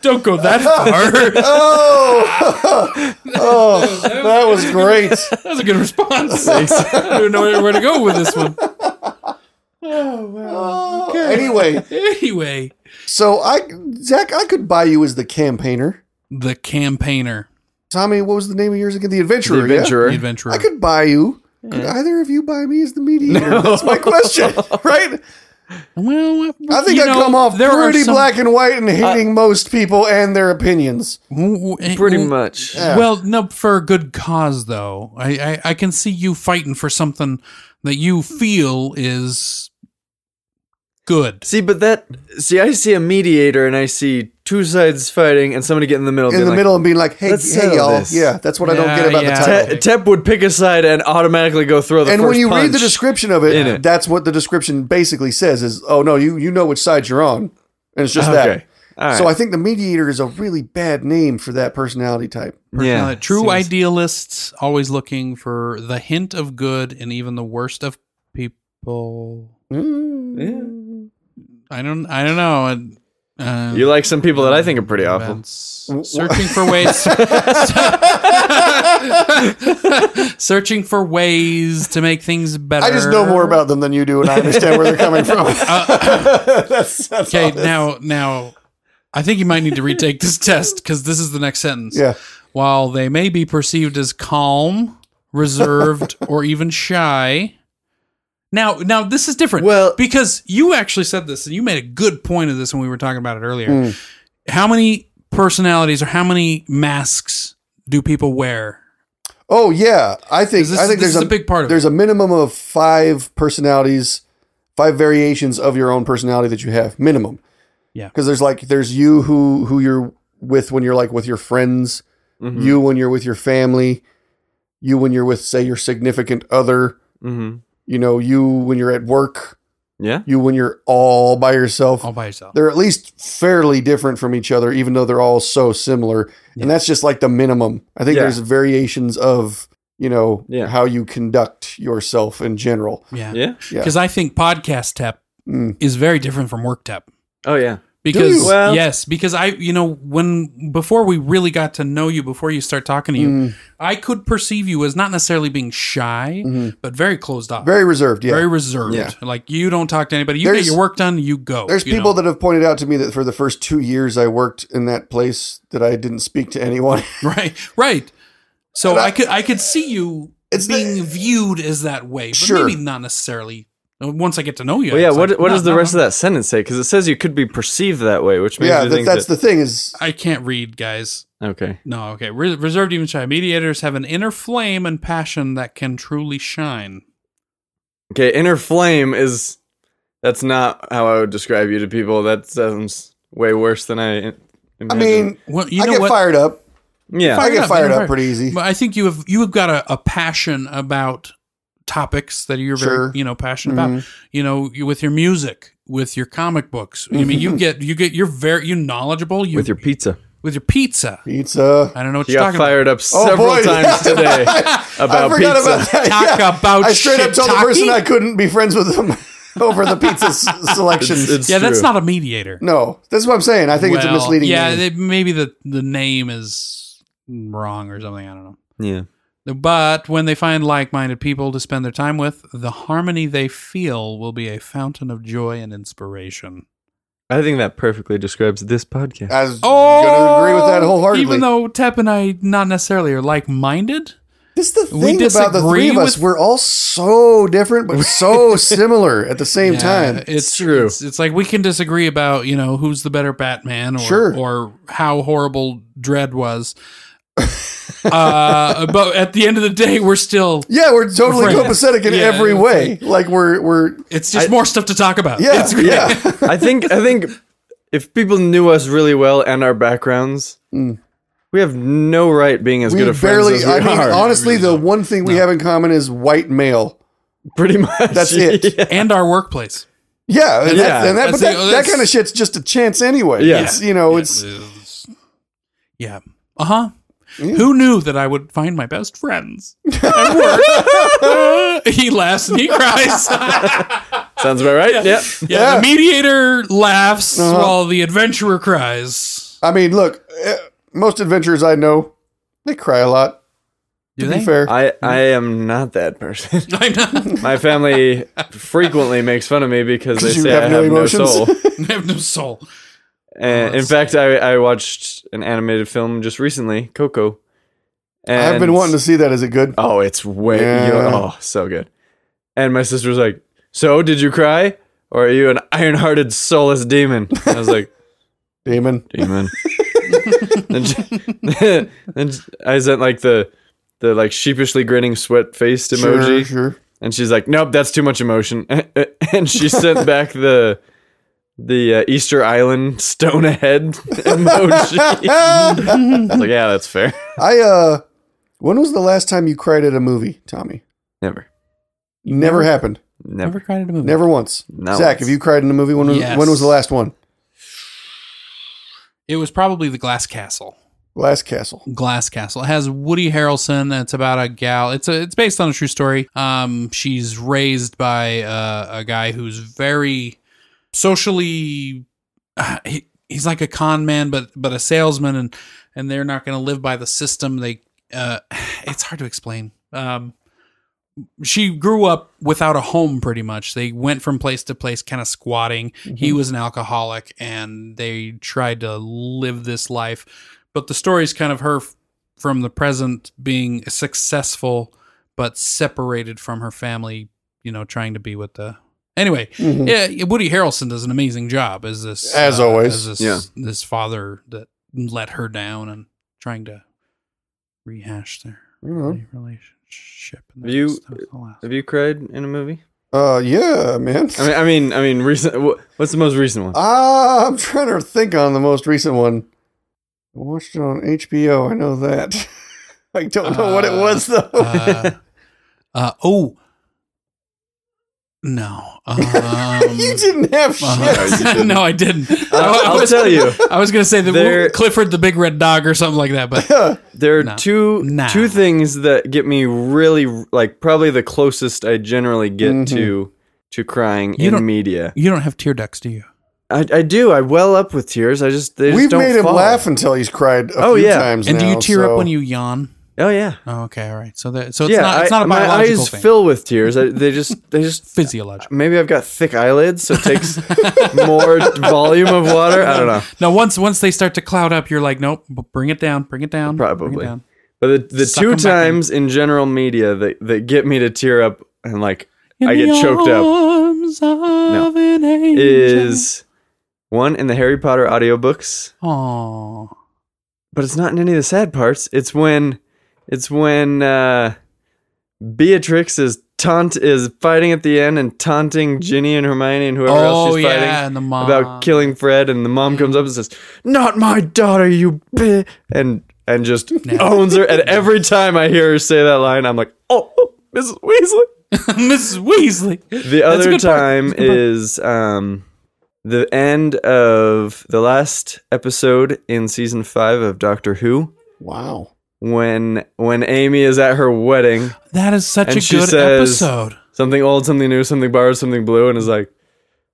S3: Don't go that far.
S4: Oh, oh, that was great.
S3: That was a good response. I don't know where to go with this one.
S4: Oh, anyway,
S3: Anyway,
S4: so I, Zach, I could buy you as the campaigner.
S3: the campaigner,
S4: Tommy, what was the name of yours again? The
S2: the
S4: Adventurer. yeah?
S3: the
S2: adventurer
S3: adventurer.
S4: I could buy you. Could either of you buy me as the mediator? That's my question, right?
S3: well,
S4: I think
S3: you
S4: I
S3: know,
S4: come off
S3: there are
S4: pretty
S3: some- uh,
S4: black and white and hating most people and their opinions.
S2: pretty much
S4: Yeah.
S3: Well, no, for a good cause though. I, I I can see you fighting for something that you feel is good.
S2: See, but that see, I see a mediator and I see two sides fighting and somebody get in the middle.
S4: In
S2: being
S4: the
S2: like,
S4: middle and being like, hey,
S2: let's
S4: hey,
S2: settle
S4: y'all.
S2: this.
S4: Yeah, that's what I don't
S3: Yeah,
S4: get about
S3: yeah.
S4: the title.
S2: Te- Tep would pick a side and automatically go throw the
S4: and
S2: first
S4: when you read the
S2: punch.
S4: description of
S2: in
S4: it,
S2: it.
S4: that's what the description basically says is, oh, no, you, you know which side you're on. And it's just that.
S2: Okay. All right.
S4: So I think the mediator is a really bad name for that personality type.
S3: Now,
S2: yeah,
S3: that true
S2: seems-
S3: idealists always looking for the hint of good in even the worst of people.
S4: Mm.
S3: I don't I don't know. And, uh,
S2: You like some people that I think are pretty awful.
S3: events. Searching for ways. searching for ways to make things better.
S4: I just know more about them than you do, and I understand where they're coming from. that's, that's
S3: Okay,
S4: all this-
S3: now now I think you might need to retake this test because this is the next sentence.
S4: Yeah.
S3: While they may be perceived as calm, reserved, or even shy. Now now this is different.
S2: Well-
S3: because you actually said this and you made a good point of this when we were talking about it earlier. How many personalities or how many masks do people wear?
S4: Oh yeah, I think
S3: This-
S4: I think
S3: this
S4: there's
S3: is
S4: a,
S3: a big part of
S4: there's a minimum of five personalities, five variations of your own personality that you have minimum.
S3: Yeah.
S4: because there's like there's you who who you're with when you're like with your friends,
S2: Mhm.
S3: Mm-hmm.
S4: you when you're with your family, you when you're with say your significant other,
S2: Mhm.
S4: you know you when you're at work,
S2: Yeah.
S4: you when you're all by yourself.
S3: All by yourself.
S4: They're at least fairly different from each other, even though they're all so similar. And that's just like the minimum. I think
S2: Yeah.
S4: there's variations of you know,
S2: Yeah.
S4: how you conduct yourself in general.
S3: Yeah.
S2: Yeah.
S4: Yeah.
S3: Because I think podcast tap
S4: Mm.
S3: is very different from work tap.
S2: Oh yeah.
S3: Because
S4: you?
S2: Well-
S3: yes, because I you know when before we really got to know you before you start talking to you,
S4: Mm.
S3: I could perceive you as not necessarily being shy,
S4: Mhm.
S3: but very closed off,
S4: Very reserved. Yeah.
S3: very reserved.
S4: Yeah.
S3: Like you don't talk to anybody. You get
S4: There's-
S3: your work done, you go.
S4: There's
S3: you know?
S4: people that have pointed out to me that for the first two years I worked in that place that I didn't speak to anyone.
S3: right, right. So
S4: And
S3: I,
S4: I-
S3: could I could see you
S4: It's the-
S3: being viewed as that way, but
S4: Sure.
S3: maybe not necessarily. uh, Once I get to know you,
S2: Well, yeah.
S3: it's
S2: What
S3: like,
S2: What
S3: no,
S2: does the
S3: no,
S2: rest
S3: no.
S2: of that sentence say? Because it says you could be perceived that way, which makes
S4: yeah,
S2: me
S4: that,
S2: think
S4: that's
S2: that.
S4: the thing is
S3: I can't read, guys.
S2: okay.
S3: No, okay. Re- reserved, even shy mediators have an inner flame and passion that can truly shine.
S2: Okay. Inner flame is. That's not how I would describe you to people. That sounds way worse than I. Imagine.
S4: I mean,
S3: Well, you
S4: I
S3: know
S4: get
S3: what?
S4: fired up.
S2: yeah.
S3: Fired
S4: I get
S3: up,
S4: fired
S3: yeah,
S4: up
S3: fired.
S4: pretty easy.
S3: But I think you have you have got a, a passion about topics that you're very
S4: Sure. Mm-hmm.
S3: you know passionate about. You know, you, with your music, with your comic books. I mean,
S4: Mm-hmm.
S3: you get you get you're very you're knowledgeable. You,
S2: With your pizza,
S3: with your pizza.
S4: Pizza.
S3: I don't know what
S2: you
S3: you're
S2: got
S3: talking
S2: fired up
S4: Oh,
S2: several
S4: boy.
S2: times today about pizza.
S4: I forgot about that.
S3: Talk about
S4: I straight up told the
S3: shiitake.
S4: person I couldn't be friends with them over the pizza s- selections.
S2: It's- it's
S3: about. Yeah, that's
S2: true.
S3: not a mediator.
S4: no, that's what I'm saying. I think it's a
S3: Well,
S4: misleading.
S3: Yeah,
S4: name.
S3: they- maybe the the name is wrong or something. I don't know.
S2: Yeah.
S3: But when they find like minded people to spend their time with, the harmony they feel will be a fountain of joy and inspiration.
S2: I think that perfectly describes this podcast.
S4: I was gonna agree with that wholeheartedly.
S3: Oh, Even though Tep and I not necessarily are like minded.
S4: This is the
S3: We
S4: thing about the
S3: disagree
S4: three of us.
S3: with-
S4: We're all so different, but so similar at the same time.
S3: It's
S2: true.
S3: It's, it's like we can disagree about, you know, who's the better Batman or
S4: Sure.
S3: or how horrible Dread was. uh, but at the end of the day, we're still
S4: Yeah, we're totally
S3: Right.
S4: copacetic in
S3: Yeah,
S4: every
S3: it's
S4: way. Like we're we're
S3: it's just
S2: I-
S3: more stuff to talk about.
S4: yeah
S3: It's-
S4: yeah.
S2: I think I think if people knew us really well and our backgrounds, we have no right being as
S4: Mm. We
S2: good of
S4: barely.
S2: friends as we
S4: I mean,
S2: are.
S4: honestly, the one thing we have in common is white male.
S2: Pretty much.
S4: That's it.
S2: Yeah.
S3: And our workplace.
S4: Yeah, and
S2: Yeah.
S4: that, and that,
S3: That's
S4: but
S3: the-
S4: that, that
S3: that's-
S4: kind of shit's just a chance anyway.
S2: Yeah.
S4: It's, you know,
S3: Yeah,
S4: it's
S3: it's- yeah. Uh huh. Who knew that I would find my best friends at work? he laughs and he cries.
S2: Sounds about right. Yeah.
S3: yeah,
S4: Yeah.
S3: the mediator laughs
S4: Uh-huh.
S3: while the adventurer cries.
S4: I mean, look, eh, most adventurers I know, they cry a lot.
S3: Do
S4: to
S3: they?
S4: be fair,
S2: I, I am not that person.
S3: I know.
S2: My family frequently makes fun of me because they
S4: You
S2: say
S4: have
S2: I
S4: no
S2: have no,
S4: emotions.
S2: soul.
S3: I have no soul.
S4: Oh,
S2: And Uh, in fact, I, I watched an animated film just recently, Coco.
S4: I've been wanting to see that. Is it good?
S2: Oh, it's way
S4: Yeah.
S2: you- oh so good. And my sister was like, "So did you cry, or are you an iron-hearted, soulless demon?" And I was like,
S4: Damon.
S2: "Demon." and, she- and I sent like the the like sheepishly grinning sweat faced emoji,
S4: Sure, sure.
S2: and she's like, "Nope, that's too much emotion." and she sent back the the uh, Easter Island stone ahead emoji. I was like, "Yeah, that's fair."
S4: Ah, I uh, when was the last time you cried at a movie, Tommy?
S2: Never,
S4: Never happened.
S2: never.
S3: cried at a movie.
S4: Never once.
S2: Not
S4: Zach,
S2: once.
S4: have you cried in a movie? When was,
S3: Yes.
S4: when was the last one?
S3: It was probably the Glass Castle.
S4: Last Castle.
S3: Glass Castle. It has Woody Harrelson. It's about a gal. It's a, it's based on a true story. Um, she's raised by uh, a guy who's very socially. Uh, he, he's like a con man, but but a salesman, and and they're not going to live by the system. They uh, it's hard to explain. Um, she grew up without a home pretty much. They went from place to place kind of squatting. He
S2: Mm-hmm.
S3: was an alcoholic and they tried to live this life. But the story's kind of her f- from the present being successful but separated from her family, you know, trying to be with the Anyway,
S4: Mm-hmm.
S2: Mm.
S3: yeah, Woody Harrelson does an amazing job as this uh,
S4: As always.
S3: as this,
S2: Yeah.
S3: this father that let her down and trying to rehash their
S4: Mhm.
S3: relationship. And
S2: Mm-hmm. Have you-
S3: that was the last-
S2: Have you cried in a movie?
S4: Uh, yeah, man.
S2: I mean, I mean, I mean, recent. wh- What's the most recent one?
S4: Ah, I'm trying to think on the most recent one. I watched it on HBO. I know that. I
S3: Uh,
S4: don't know what it was though.
S3: uh, uh, oh, No. Um,
S4: you didn't have shit.
S3: uh, no, I didn't. I
S2: I'll
S3: was-
S2: tell you.
S3: I was gonna say the
S2: There-
S3: Clifford the Big Red Dog or something like that, but
S2: There are
S3: No.
S2: two
S3: Nah.
S2: two things that get me really like probably the closest I generally get
S4: Mm-hmm.
S2: to to crying
S3: You
S2: in
S3: don't-
S2: media.
S3: you don't have tear ducts, do you?
S2: I, I do. I well up with tears. I just they just
S4: We've
S2: don't
S4: made him
S2: fall.
S4: laugh until he's cried a
S2: Oh,
S4: few
S2: yeah.
S4: times.
S3: And do you
S4: now,
S3: tear
S4: so-
S3: up when you yawn?
S2: Oh yeah,
S3: Oh, okay, all right. So that so it's
S2: yeah.
S3: not it's
S2: I-
S3: not a
S2: my
S3: biological
S2: eyes
S3: thing.
S2: fill with tears. I, they just they just
S3: Physiological.
S2: maybe I've got thick eyelids, so it takes more volume of water. I don't know.
S3: No, once once they start to cloud up, you're like, nope, b- bring it down, bring it down, bring it
S2: Probably.
S3: down.
S2: But the, the
S3: Suck
S2: two
S3: 'em back in.
S2: times in general media that, that get me to tear up and like
S3: In
S2: I get
S3: the
S2: choked up.
S3: arms
S2: No.
S3: Of an angel.
S2: is one in the Harry Potter audiobooks,
S3: Aw.
S2: but it's not in any of the sad parts. It's when it's when uh, Beatrix is taunt is fighting at the end and taunting Ginny and Hermione and whoever else
S3: Oh
S2: she's
S3: yeah,
S2: fighting
S3: and the mom
S2: about killing Fred, and the mom comes up and says, "Not my daughter, you bi-" and and just owns her. And every time I hear her say that line, I'm like, "Oh, Mrs. Weasley."
S3: Mrs. Weasley.
S2: The
S3: That's a
S2: other
S3: good part.
S2: time
S3: That's a good part.
S2: is um, the end of the last episode in season five of Doctor Who
S4: Wow.
S2: when when Amy is at her wedding,
S3: That is such
S2: And
S3: a
S2: she
S3: good
S2: says-
S3: episode.
S2: something old, something new, something borrowed, something blue, and is like,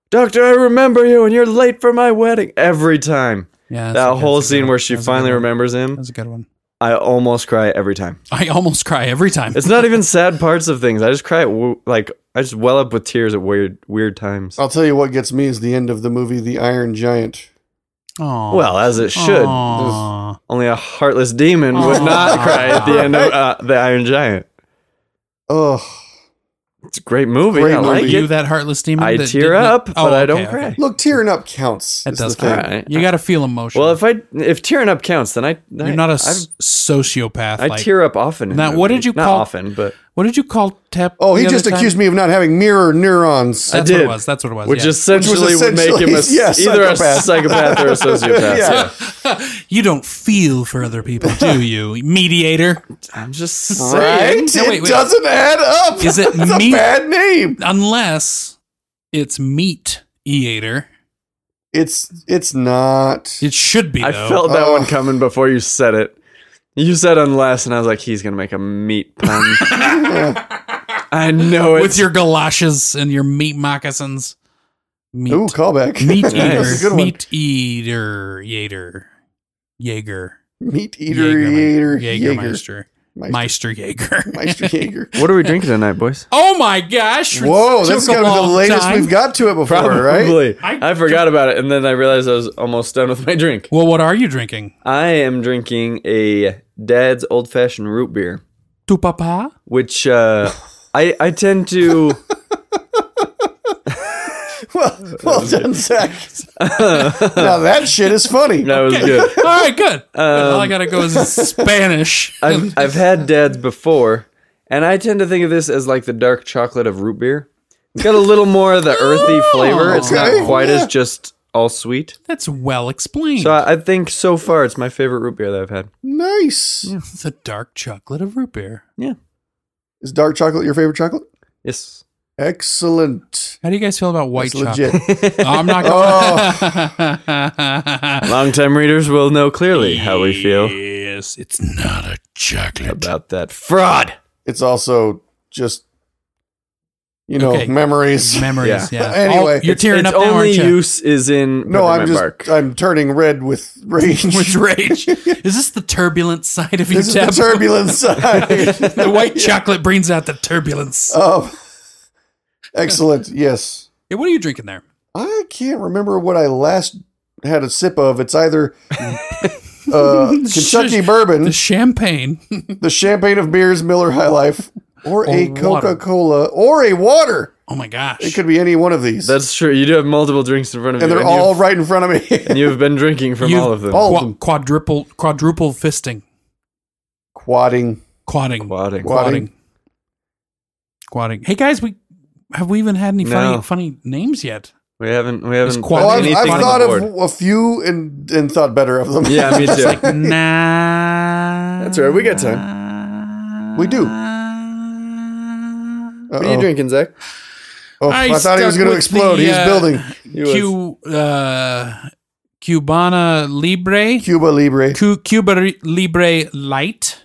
S2: Doctor, I remember you, and you're late for my wedding every time.
S3: Yeah, that's a
S2: that
S3: good-
S2: whole
S3: that's a good
S2: scene
S3: one.
S2: where she
S3: That's a good
S2: finally
S3: one.
S2: remembers him,
S3: That's a good one.
S2: I almost cry every time.
S3: I almost cry every time.
S2: It's not even sad parts of things. I just cry at w- like I just well up with tears at weird weird times.
S4: I'll tell you what gets me is the end of the movie The Iron Giant.
S3: Aw.
S2: Well, as it should.
S3: Aw.
S2: Only a heartless demon would not
S3: Aw.
S2: cry at the end of uh, the Iron Giant.
S4: Oh,
S2: It's a great movie.
S4: Great
S2: I like
S4: movie.
S2: it.
S3: you that heartless demon.
S2: I
S3: that
S2: tear
S3: did not-
S2: up,
S3: Oh,
S2: but I
S3: okay,
S2: don't
S3: okay.
S2: cry.
S4: look, tearing up counts.
S3: That
S4: is
S3: does
S4: the thing.
S2: count. Alright.
S3: You got to feel emotion.
S2: Well, if I if tearing up counts, then I, I
S3: you're not a
S2: I-
S3: s- sociopath.
S2: I
S3: like,
S2: tear up often. in
S3: Now, what
S2: movies.
S3: did you
S2: not
S3: call-
S2: often, but
S3: What did you call Tep?
S4: Oh, he just accused me of not having mirror neurons.
S3: That's
S2: I
S3: what
S2: did.
S3: it was. That's what it was.
S2: which
S3: Oh, yeah.
S2: essentially would make him a,
S4: essentially- yeah,
S2: either a
S4: psychopath.
S2: psychopath or a sociopath.
S4: Yeah.
S2: yeah.
S3: you don't feel for other people, do you, mediator?
S2: I'm just
S4: right?
S2: saying.
S3: No, wait,
S4: It
S3: wait.
S4: doesn't add up.
S3: Is it
S4: It's a
S3: me-
S4: bad name?
S3: Unless it's meat eater.
S4: It's it's not.
S3: It should be.
S2: I
S3: though.
S2: felt that
S4: Oh.
S2: one coming before you said it. You said unless, and I was like, he's gonna make a meat pun. I know it.
S3: with your galoshes and your meat moccasins. Meat,
S4: Ooh, callback.
S3: meat
S4: That's a good
S3: eater,
S4: one.
S3: meat eater, Jaeger, Jaeger,
S4: Meat eater, Jaeger, Jaeger,
S3: Jaegermeister,
S4: Meister.
S3: Meister Jaeger.
S4: Meister Jaeger.
S2: what are we drinking tonight, boys?
S3: Oh my gosh! it
S4: Whoa,
S3: took
S4: that's
S3: a
S4: gotta be the
S3: long
S4: latest
S3: time.
S4: we've got to it before, right?
S2: Probably.
S3: I-
S2: I, forgot about it, and then I realized I was almost done with my drink.
S3: Well, what are you drinking?
S2: I am drinking a Dad's Old Fashioned Root Beer,
S3: Tu papa?
S2: which uh, I I tend to
S4: Well, well done, Zach. now that shit is funny.
S2: that was good.
S3: All right, good. All
S2: Um,
S3: I gotta go is Spanish.
S2: I've I've had Dad's before, and I tend to think of this as like the dark chocolate of root beer. It's got a little more of the earthy flavor. It's
S4: Oh, Okay,
S2: not quite
S4: yeah.
S2: as just all sweet.
S3: That's well explained.
S2: So I, I think so far it's my favorite root beer that I've had.
S4: Nice.
S3: it's a dark chocolate of root beer.
S2: Yeah.
S4: Is dark chocolate your favorite chocolate?
S2: Yes.
S4: Excellent.
S3: How do you guys feel about white
S4: It's
S3: chocolate?
S4: legit.
S3: Oh, I'm not. Going-
S2: Longtime readers will know clearly Oh. how we feel
S3: Yes, it's not a chocolate.
S2: about that fraud.
S4: It's also just you know
S3: Okay.
S4: memories.
S3: Memories. Yeah.
S4: Anyway,
S3: All- you're tearing
S2: its
S3: up now,
S2: only
S3: aren't you?
S2: use is in
S4: no, I'm
S2: Peppermint bark.
S4: just uh, I'm turning red with rage.
S3: With rage. Is this the turbulent side of you,
S4: this is the
S3: Deb?
S4: turbulent side.
S3: the white chocolate brings out the turbulence.
S4: um, excellent. Yes.
S3: Hey, what are you drinking there?
S4: I can't remember what I last had a sip of. It's either uh, Kentucky
S3: Shush.
S4: bourbon,
S3: The champagne.
S4: the champagne of beers, Miller High Life, or a
S3: Or water.
S4: Coca Cola, or a water.
S3: Oh my gosh.
S4: It could be any one of these.
S2: That's true. You do have multiple drinks in front of
S4: and
S2: you,
S4: they're
S2: you've-
S4: all right in front of me.
S2: and you've been drinking from
S3: You've-
S2: all of them.
S4: all
S3: Qua-
S4: of them.
S3: quadruple quadruple fisting.
S4: Quadding.
S3: Quadding.
S2: Quadding.
S4: Quadding.
S3: Quadding. Quadding. Hey guys, we have we even had any
S2: No.
S3: funny funny names yet?
S2: We haven't. We haven't.
S3: quad-
S4: Oh,
S2: put
S4: I've,
S2: anything
S4: I've
S2: on
S4: thought
S2: the
S4: of
S2: board.
S4: a few and, and thought better of them.
S2: Yeah, me too.
S3: nah.
S2: That's all right, we got
S3: time.
S4: We do.
S2: what are you
S4: Uh-oh.
S2: Oh. drinking, Zach?
S4: Oh, I, thought he
S3: stuck
S4: was going to
S3: with
S4: explode.
S3: the,
S4: He's
S3: uh,
S4: building. He was-
S3: Q, uh, Cubana Libre.
S4: Cuba Libre.
S3: Cu- Cuba Ri- Libre Light.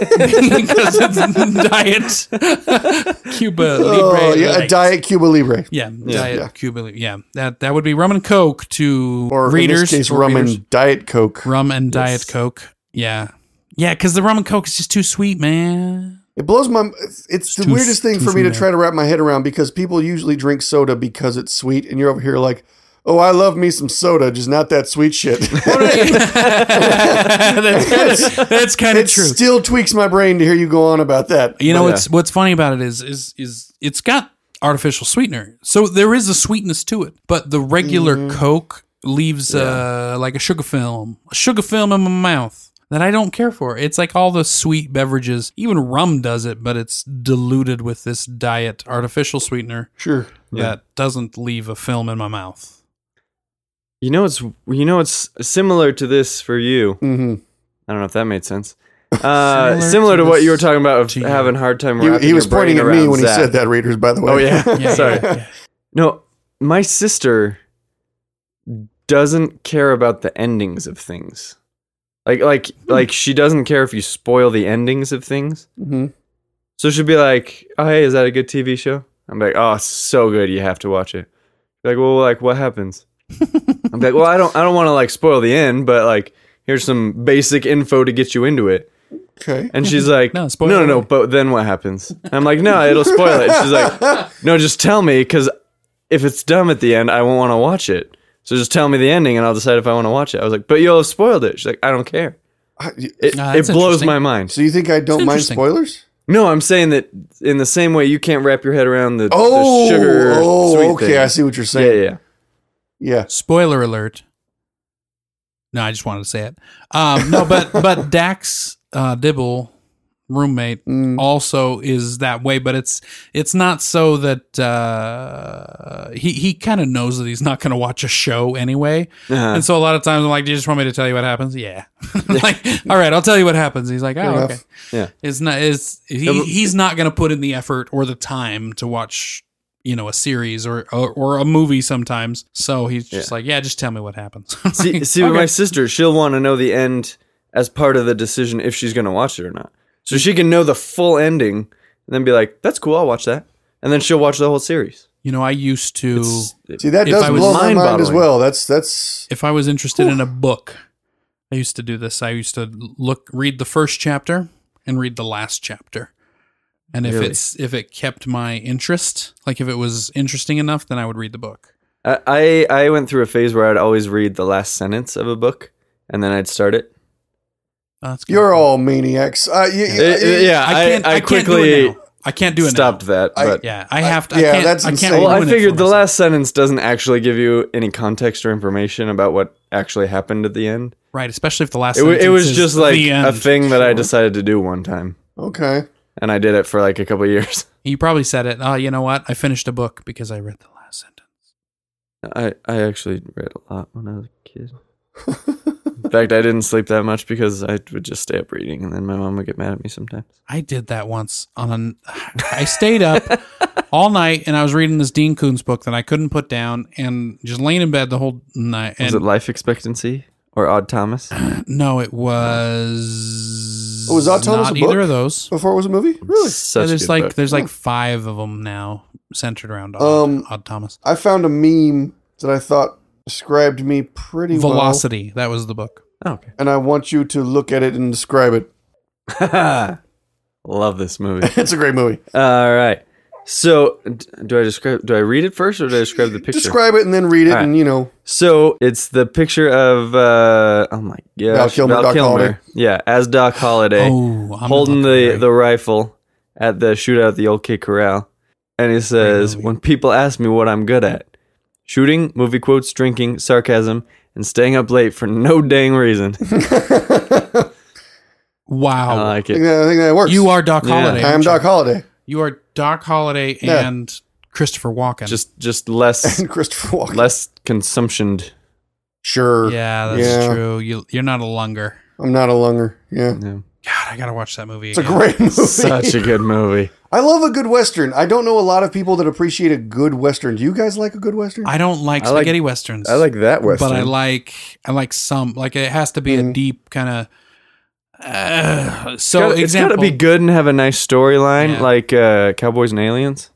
S3: because it's diet Cuba Libre.
S4: Oh, yeah, a
S3: Light.
S4: diet Cuba Libre.
S3: Yeah, diet
S4: Yeah.
S3: Cuba Libre. Yeah, that that would be rum and coke to
S4: Or
S3: readers.
S4: in this case,
S3: or
S4: rum
S3: readers.
S4: and diet Coke.
S3: rum and diet coke. Yeah, yeah, because the rum and coke is just too sweet, man.
S4: It blows my. It's, the
S3: too-
S4: weirdest thing
S3: too
S4: for me to
S3: sweet.
S4: try to wrap my head around because people usually drink soda because it's sweet, and you're over here like, "Oh, I love me some soda, just not that sweet shit."
S3: that's kind of that's kind of
S4: it
S3: true.
S4: still tweaks my brain to hear you go on about that.
S3: You know
S2: Yeah.
S3: what's what's funny about it is is is it's got artificial sweetener, so there is a sweetness to it. But the regular Coke leaves uh, like a sugar film, a sugar film in my mouth that I don't care for. It's like all the sweet beverages, even rum does it, but it's diluted with this diet artificial sweetener
S4: Sure.
S3: that doesn't leave a film in my mouth.
S2: You know it's you know it's similar to this for you.
S4: hmm
S2: I don't know if that made sense. Uh,
S3: Similar
S2: similar
S3: to
S2: to, what
S3: this
S2: you were talking about of
S3: to you.
S2: having a hard time.
S4: He,
S2: wrapping
S4: he
S2: your
S4: was pointing at
S2: brain
S4: me
S2: around
S4: when he
S2: Zach.
S4: said that. Readers, by the way.
S2: Oh yeah,
S3: Yeah,
S2: sorry.
S3: yeah, yeah.
S2: No, my sister doesn't care about the endings of things. Like like
S3: Hmm.
S2: like she doesn't care if you spoil the endings of things.
S4: Mhm.
S2: So she'll be like, "Oh hey, is that a good TV show?" I'm like, "Oh, it's so good, you have to watch it." Like, well, like what happens? I'm like, well, I don't I don't want to like spoil the end, but like here's some basic info to get you into it.
S4: Okay.
S2: And she's like,
S3: No,
S2: no,
S3: spoil
S2: no,
S3: it.
S2: no, But then what happens? And I'm like, no, it'll spoil it. She's like, no, just tell me because if it's dumb at the end, I won't want to watch it. So just tell me the ending, and I'll decide if I want to watch it. I was like, but you'll have spoiled it. She's like, I don't care.
S4: I-
S2: It,
S3: Ah,
S2: it
S3: that's
S2: blows
S3: interesting.
S2: my mind.
S4: so you think I don't mind
S3: interesting.
S4: spoilers?
S2: No, I'm saying that in the same way you can't wrap your head around the,
S4: Oh,
S2: the sugar.
S4: oh,
S2: sweet
S4: okay.
S2: thing.
S4: I see what you're
S2: Yeah,
S4: saying.
S2: yeah, yeah.
S4: Yeah.
S3: Spoiler alert. No, I just wanted to say it. Um, no, but but Dax uh, Dibble, roommate,
S4: Mm.
S3: also is that way. But it's it's not so that uh, he he kind of knows that he's not going to watch a show anyway.
S2: Uh-huh.
S3: And so a lot of times I'm like, "Do you just want me to tell you what happens?" Yeah. like, all right, I'll tell you what happens. He's like, "Oh,
S4: enough.
S3: okay."
S2: Yeah.
S3: It's not is
S2: No,
S3: he,
S2: but-
S3: he's not going to put in the effort or the time to watch you know a series or or, or a movie sometimes. So he's just like, "Yeah, just tell me what happens."
S2: See, see with
S3: Okay.
S2: my sister, she'll want to know the end as part of the decision if she's going to watch it or not. So she can know the full ending and then be like, that's cool, I'll watch that. And then she'll watch the whole series.
S3: you know, I used to
S2: It's- it-
S4: See, that
S3: If
S4: does
S3: I was
S4: blow my mind as
S2: mind-boggling.
S4: well. That's that's
S3: if I was interested in a book, I used to do this. I used to look read the first chapter and read the last chapter. And if
S2: Really?
S3: it's if it kept my interest, like if it was interesting enough, then I would read the book.
S2: I, I I went through a phase where I'd always read the last sentence of a book and then I'd start it.
S3: Oh, that's kinda
S4: you're
S3: cool.
S4: all maniacs. Uh, y- y-
S2: It- it- yeah,
S3: I
S2: I,
S3: can't. I,
S2: I,
S3: can't do
S2: quickly
S3: it now. I can't do it
S2: stopped that.
S4: I-
S2: But,
S3: now. Yeah, I have to. I
S4: Yeah,
S3: can't,
S4: that's
S3: I can't
S4: insane.
S2: Well, I
S3: ruin it
S2: figured
S3: for
S2: the
S3: myself.
S2: last sentence doesn't actually give you any context or information about what actually happened at the end.
S3: right, especially if the last.
S2: It, w- it
S3: sentence
S2: was
S3: is
S2: just like
S3: the end.
S2: a thing that I decided to do one time.
S4: Okay.
S2: and I did it for like a couple years.
S3: You probably said it. Oh, you know what? I finished a book because I read the last sentence.
S2: I, I actually read a lot when I was a kid. In fact, I didn't sleep that much because I would just stay up reading, and then my mom would get mad at me sometimes.
S3: I did that once on an. I stayed up all night and I was reading this Dean Koontz book that I couldn't put down and just laying in bed the whole night. And
S2: was it life expectancy or Odd Thomas?
S3: no, it was.
S4: Oh, was that Thomas
S3: not
S4: a
S3: either
S4: book?
S3: of those.
S4: Before it was a movie? Really?
S2: Such
S3: Yeah, there's
S2: good
S3: like
S2: book.
S3: there's like five of them now centered around Odd,
S4: Um,
S3: Odd Thomas.
S4: I found a meme that I thought described me pretty well.
S3: Velocity. That was the book.
S2: Oh, okay.
S4: And I want you to look at it and describe it.
S2: Love this movie.
S4: It's a great movie.
S2: All right. So, d- do I describe? Do I read it first, or do I describe the picture?
S4: Describe it and then read it,
S2: All right.
S4: and you know,
S2: So it's the picture of uh, oh my god,
S4: Val Kilmer, Doc Holliday.
S2: yeah, as Doc Holliday.
S3: Oh, I'm
S2: holding
S3: not
S2: the,
S3: right.
S2: the rifle at the shootout at the old K Corral. And he says,
S3: movie.
S2: When people ask me what I'm good at shooting, movie quotes, drinking, sarcasm, and staying up late for no dang reason. I
S3: wow.
S2: like
S4: I
S2: it.
S4: think that, I think that works.
S3: you are Doc
S2: Uh, Yeah.
S3: Holliday.
S4: I am
S3: aren't you?
S4: Doc Holliday
S3: You are Doc Holliday
S4: Yeah.
S3: and Christopher Walken.
S2: Just just less
S4: and Christopher Walken.
S2: less consumptioned.
S4: sure,
S3: yeah, that's
S4: Yeah.
S3: true. You you're not a lunger.
S4: I'm not a lunger. Yeah,
S2: you know.
S3: God, I I gotta watch that movie.
S4: It's a
S3: again.
S4: great movie.
S2: Such a good movie.
S4: I love a good western. I don't know a lot of people that appreciate a good western. Do you guys like a good western?
S3: I don't like
S2: I like-
S3: spaghetti westerns.
S2: I like that western. Mm-hmm.
S3: but I like I like some. Like it has to be a
S4: Mhm.
S3: deep kind of. Uh,
S2: It's
S3: so
S2: gotta- it's got
S3: example,
S2: to be good and have a nice storyline,
S3: Yeah.
S2: like uh, Cowboys and Aliens.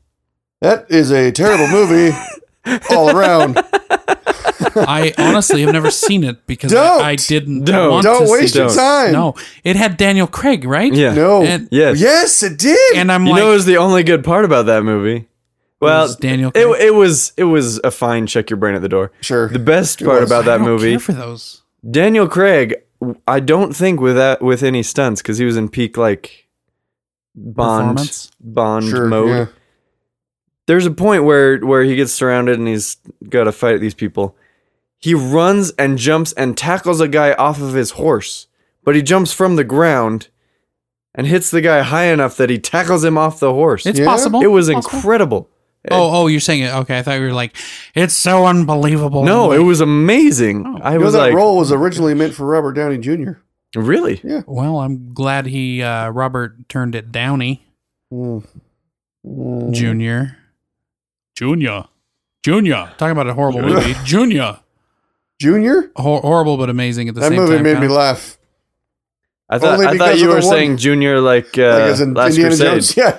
S4: that is a terrible movie all around.
S3: I honestly have never seen it because
S4: Don't.
S3: I, I didn't
S2: Don't.
S3: want
S4: Don't
S3: to
S4: waste
S3: see
S4: your
S3: it.
S2: Don't.
S4: time.
S3: No, it had Daniel Craig, right?
S2: Yeah.
S4: No.
S3: And-
S2: Yes.
S4: Yes, it did.
S3: and I'm
S2: you
S3: like,
S2: know, it was the only good part about that movie. Well,
S3: was Daniel
S2: It,
S3: Craig.
S2: it was it was a fine check your brain at the door.
S4: sure.
S2: The best part
S4: was.
S2: about
S3: I
S2: that
S3: don't
S2: movie,
S3: care for those.
S2: Daniel Craig. I don't think with that with any stunts because he was in peak like Bond
S3: Performance?
S2: Bond
S4: sure.
S2: mode.
S4: yeah.
S2: there's a point where where he gets surrounded and he's got to fight these people. He runs and jumps and tackles a guy off of his horse, but he jumps from the ground and hits the guy high enough that he tackles him off the horse.
S3: It's
S4: Yeah.
S3: possible.
S2: it was
S3: Possible.
S2: incredible.
S3: Oh, oh, you're saying it. Okay, I thought you were like, it's so unbelievable.
S2: No,
S3: Like, oh.
S2: it was amazing. I
S4: You know
S2: was
S4: that
S2: like,
S4: role was originally meant for Robert Downey Jr.
S2: really?
S3: Well, I'm glad he uh, Robert turned it Downey
S4: Mm. Mm.
S3: Junior.
S1: Junior. Junior.
S3: Talking about a horrible movie, Junior.
S4: Junior?
S3: Hor- horrible but amazing at the
S4: That
S3: same
S4: movie
S3: time.
S4: made
S3: kinda.
S4: me laugh.
S2: I thought
S4: Only
S2: I thought
S4: because
S2: you
S4: of
S2: were
S4: the one-
S2: saying junior like, uh,
S4: like as in
S2: Last
S4: Indiana
S2: Crusade.
S4: Jones. Yeah.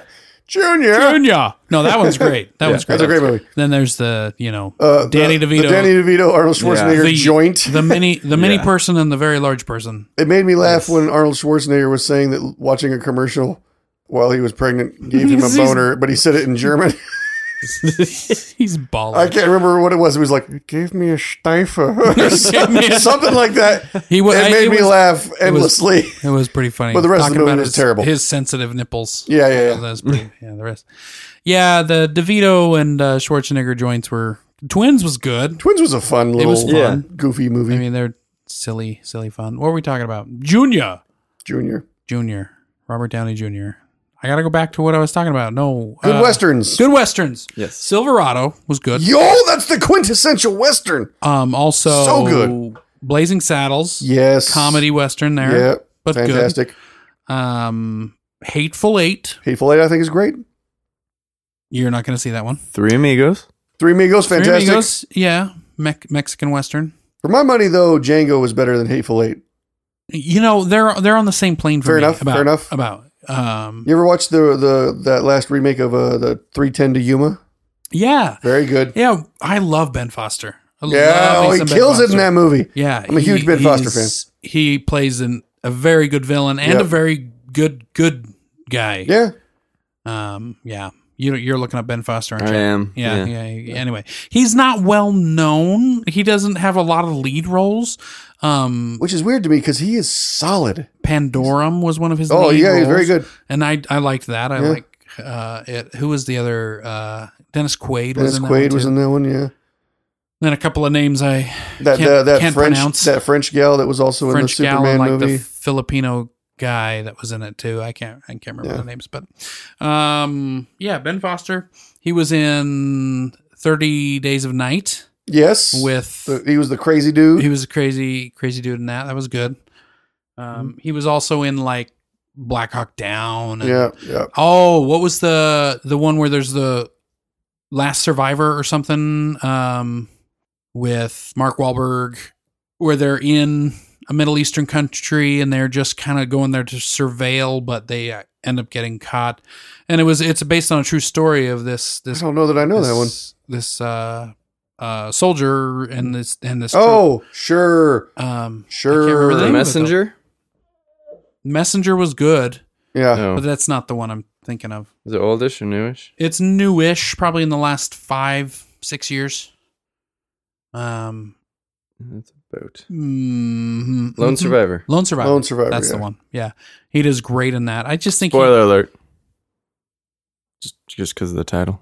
S4: Junior.
S3: Junior. No, that one's great. That
S2: Yeah,
S3: one's great.
S4: That's a great movie.
S3: Then there's the you know
S4: Uh,
S3: Danny
S4: the-
S3: DeVito.
S4: The Danny DeVito, Arnold Schwarzenegger
S3: The-
S4: joint.
S3: the mini the mini
S2: Yeah.
S3: person and the very large person.
S4: It made me laugh when Arnold Schwarzenegger was saying that watching a commercial while he was pregnant gave him a
S3: He's-
S4: boner, but he said it in German.
S3: He's
S4: I
S3: balling.
S4: can't remember what it was. It was like, it gave me a steifer. or some- Something like that.
S3: He was.
S4: it made
S3: it
S4: me
S3: was,
S4: laugh endlessly.
S3: It was pretty funny.
S4: But the rest of the movie
S3: about
S4: was
S3: his,
S4: terrible.
S3: His sensitive nipples.
S4: yeah, yeah,
S3: That
S4: yeah.
S3: was pretty, yeah, the rest. Yeah, the DeVito and uh, Schwarzenegger joints were twins was good.
S4: Twins was a fun little
S3: was fun.
S4: goofy movie.
S3: I mean, they're silly, silly fun. What were we talking about? Junior,
S4: Junior.
S3: Junior, Robert Downey Jr. I gotta go back to what I was talking about. No,
S4: Good
S3: uh,
S4: Westerns.
S3: Good westerns.
S2: Yes.
S3: Silverado was good.
S4: Yo, that's the quintessential Western.
S3: Um, also
S4: So good.
S3: Blazing Saddles,
S4: Yes.
S3: comedy western there,
S4: Yeah.
S3: but
S4: Fantastic.
S3: good. Um, Hateful Eight.
S4: Hateful Eight, I think, is great.
S3: You're not gonna see that one.
S2: Three Amigos.
S4: Three Amigos,
S3: Three
S4: fantastic.
S3: Amigos, yeah, Mec- Mexican western.
S4: For my money, though, Django was better than Hateful Eight.
S3: You know they're they're on the same plane for
S4: Fair
S3: me
S4: enough,
S3: About,
S4: fair enough.
S3: About um,
S4: You ever watched the the that last remake of uh, the 310 to Yuma?
S3: yeah,
S4: Very good.
S3: yeah. I love Ben Foster. I
S4: Yeah,
S3: love me
S4: oh, he
S3: some Ben
S4: kills it in
S3: Foster.
S4: that movie.
S3: Yeah,
S4: I'm a huge Ben Foster fan.
S3: he's- He plays an, a very good villain and
S4: Yep.
S3: a very good good guy.
S4: Yeah,
S3: Um, yeah. You you're looking up Ben Foster, aren't
S2: I
S3: you?
S2: am.
S3: Yeah, yeah, Anyway, he's not well known. He doesn't have a lot of lead roles. Um,
S4: which is weird to me because he is solid.
S3: Pandorum was one of his.
S4: Oh
S3: lead
S4: yeah,
S3: roles,
S4: he's very good.
S3: And I I liked that. I
S4: Yeah.
S3: like uh, it. Who was the other? Uh, Dennis Quaid was
S4: Dennis
S3: in that
S4: Quaid
S3: one
S4: was
S3: too.
S4: in that one. Yeah,
S3: Then a couple of names I
S4: that
S3: Can't-
S4: uh, that
S3: can't
S4: French
S3: pronounce.
S4: that French gal that was also
S3: French
S4: in the
S3: gal
S4: Superman
S3: and like
S4: movie.
S3: the Filipino guy that was in it too. I can't I can't remember
S4: Yeah.
S3: the names, but um, yeah, Ben Foster. He was in Thirty Days of Night
S4: yes,
S3: with
S4: The- he was the crazy dude.
S3: he was a crazy crazy dude in that that was good um he was also in like black hawk down and,
S4: Mm-hmm. yeah, yeah.
S3: oh what was the the one where there's the last survivor or something um with mark Wahlberg, where they're in a middle eastern country and they're just kind of going there to surveil but they uh, end up getting caught and it was it's based on a true story of this
S4: I
S3: this
S4: don't know that I know that one.
S3: this, this uh uh soldier and this and this troop.
S4: Oh, sure,
S3: Um, I can't remember
S4: sure.
S2: The
S3: Name of it,
S2: Messenger.
S3: Messenger was good,
S4: Yeah,
S2: Oh,
S3: but that's not the one I'm thinking of.
S2: is it oldish or newish?
S3: It's newish, probably in the last five, six years. Um,
S2: That's a boat.
S3: mhm.
S2: Lone
S3: Mhm.
S2: Survivor.
S3: Lone Survivor.
S4: Lone Survivor.
S3: That's
S4: yeah.
S3: the one. Yeah, he does great in that. I just think. he-
S2: Spoiler alert. Just just because of the title.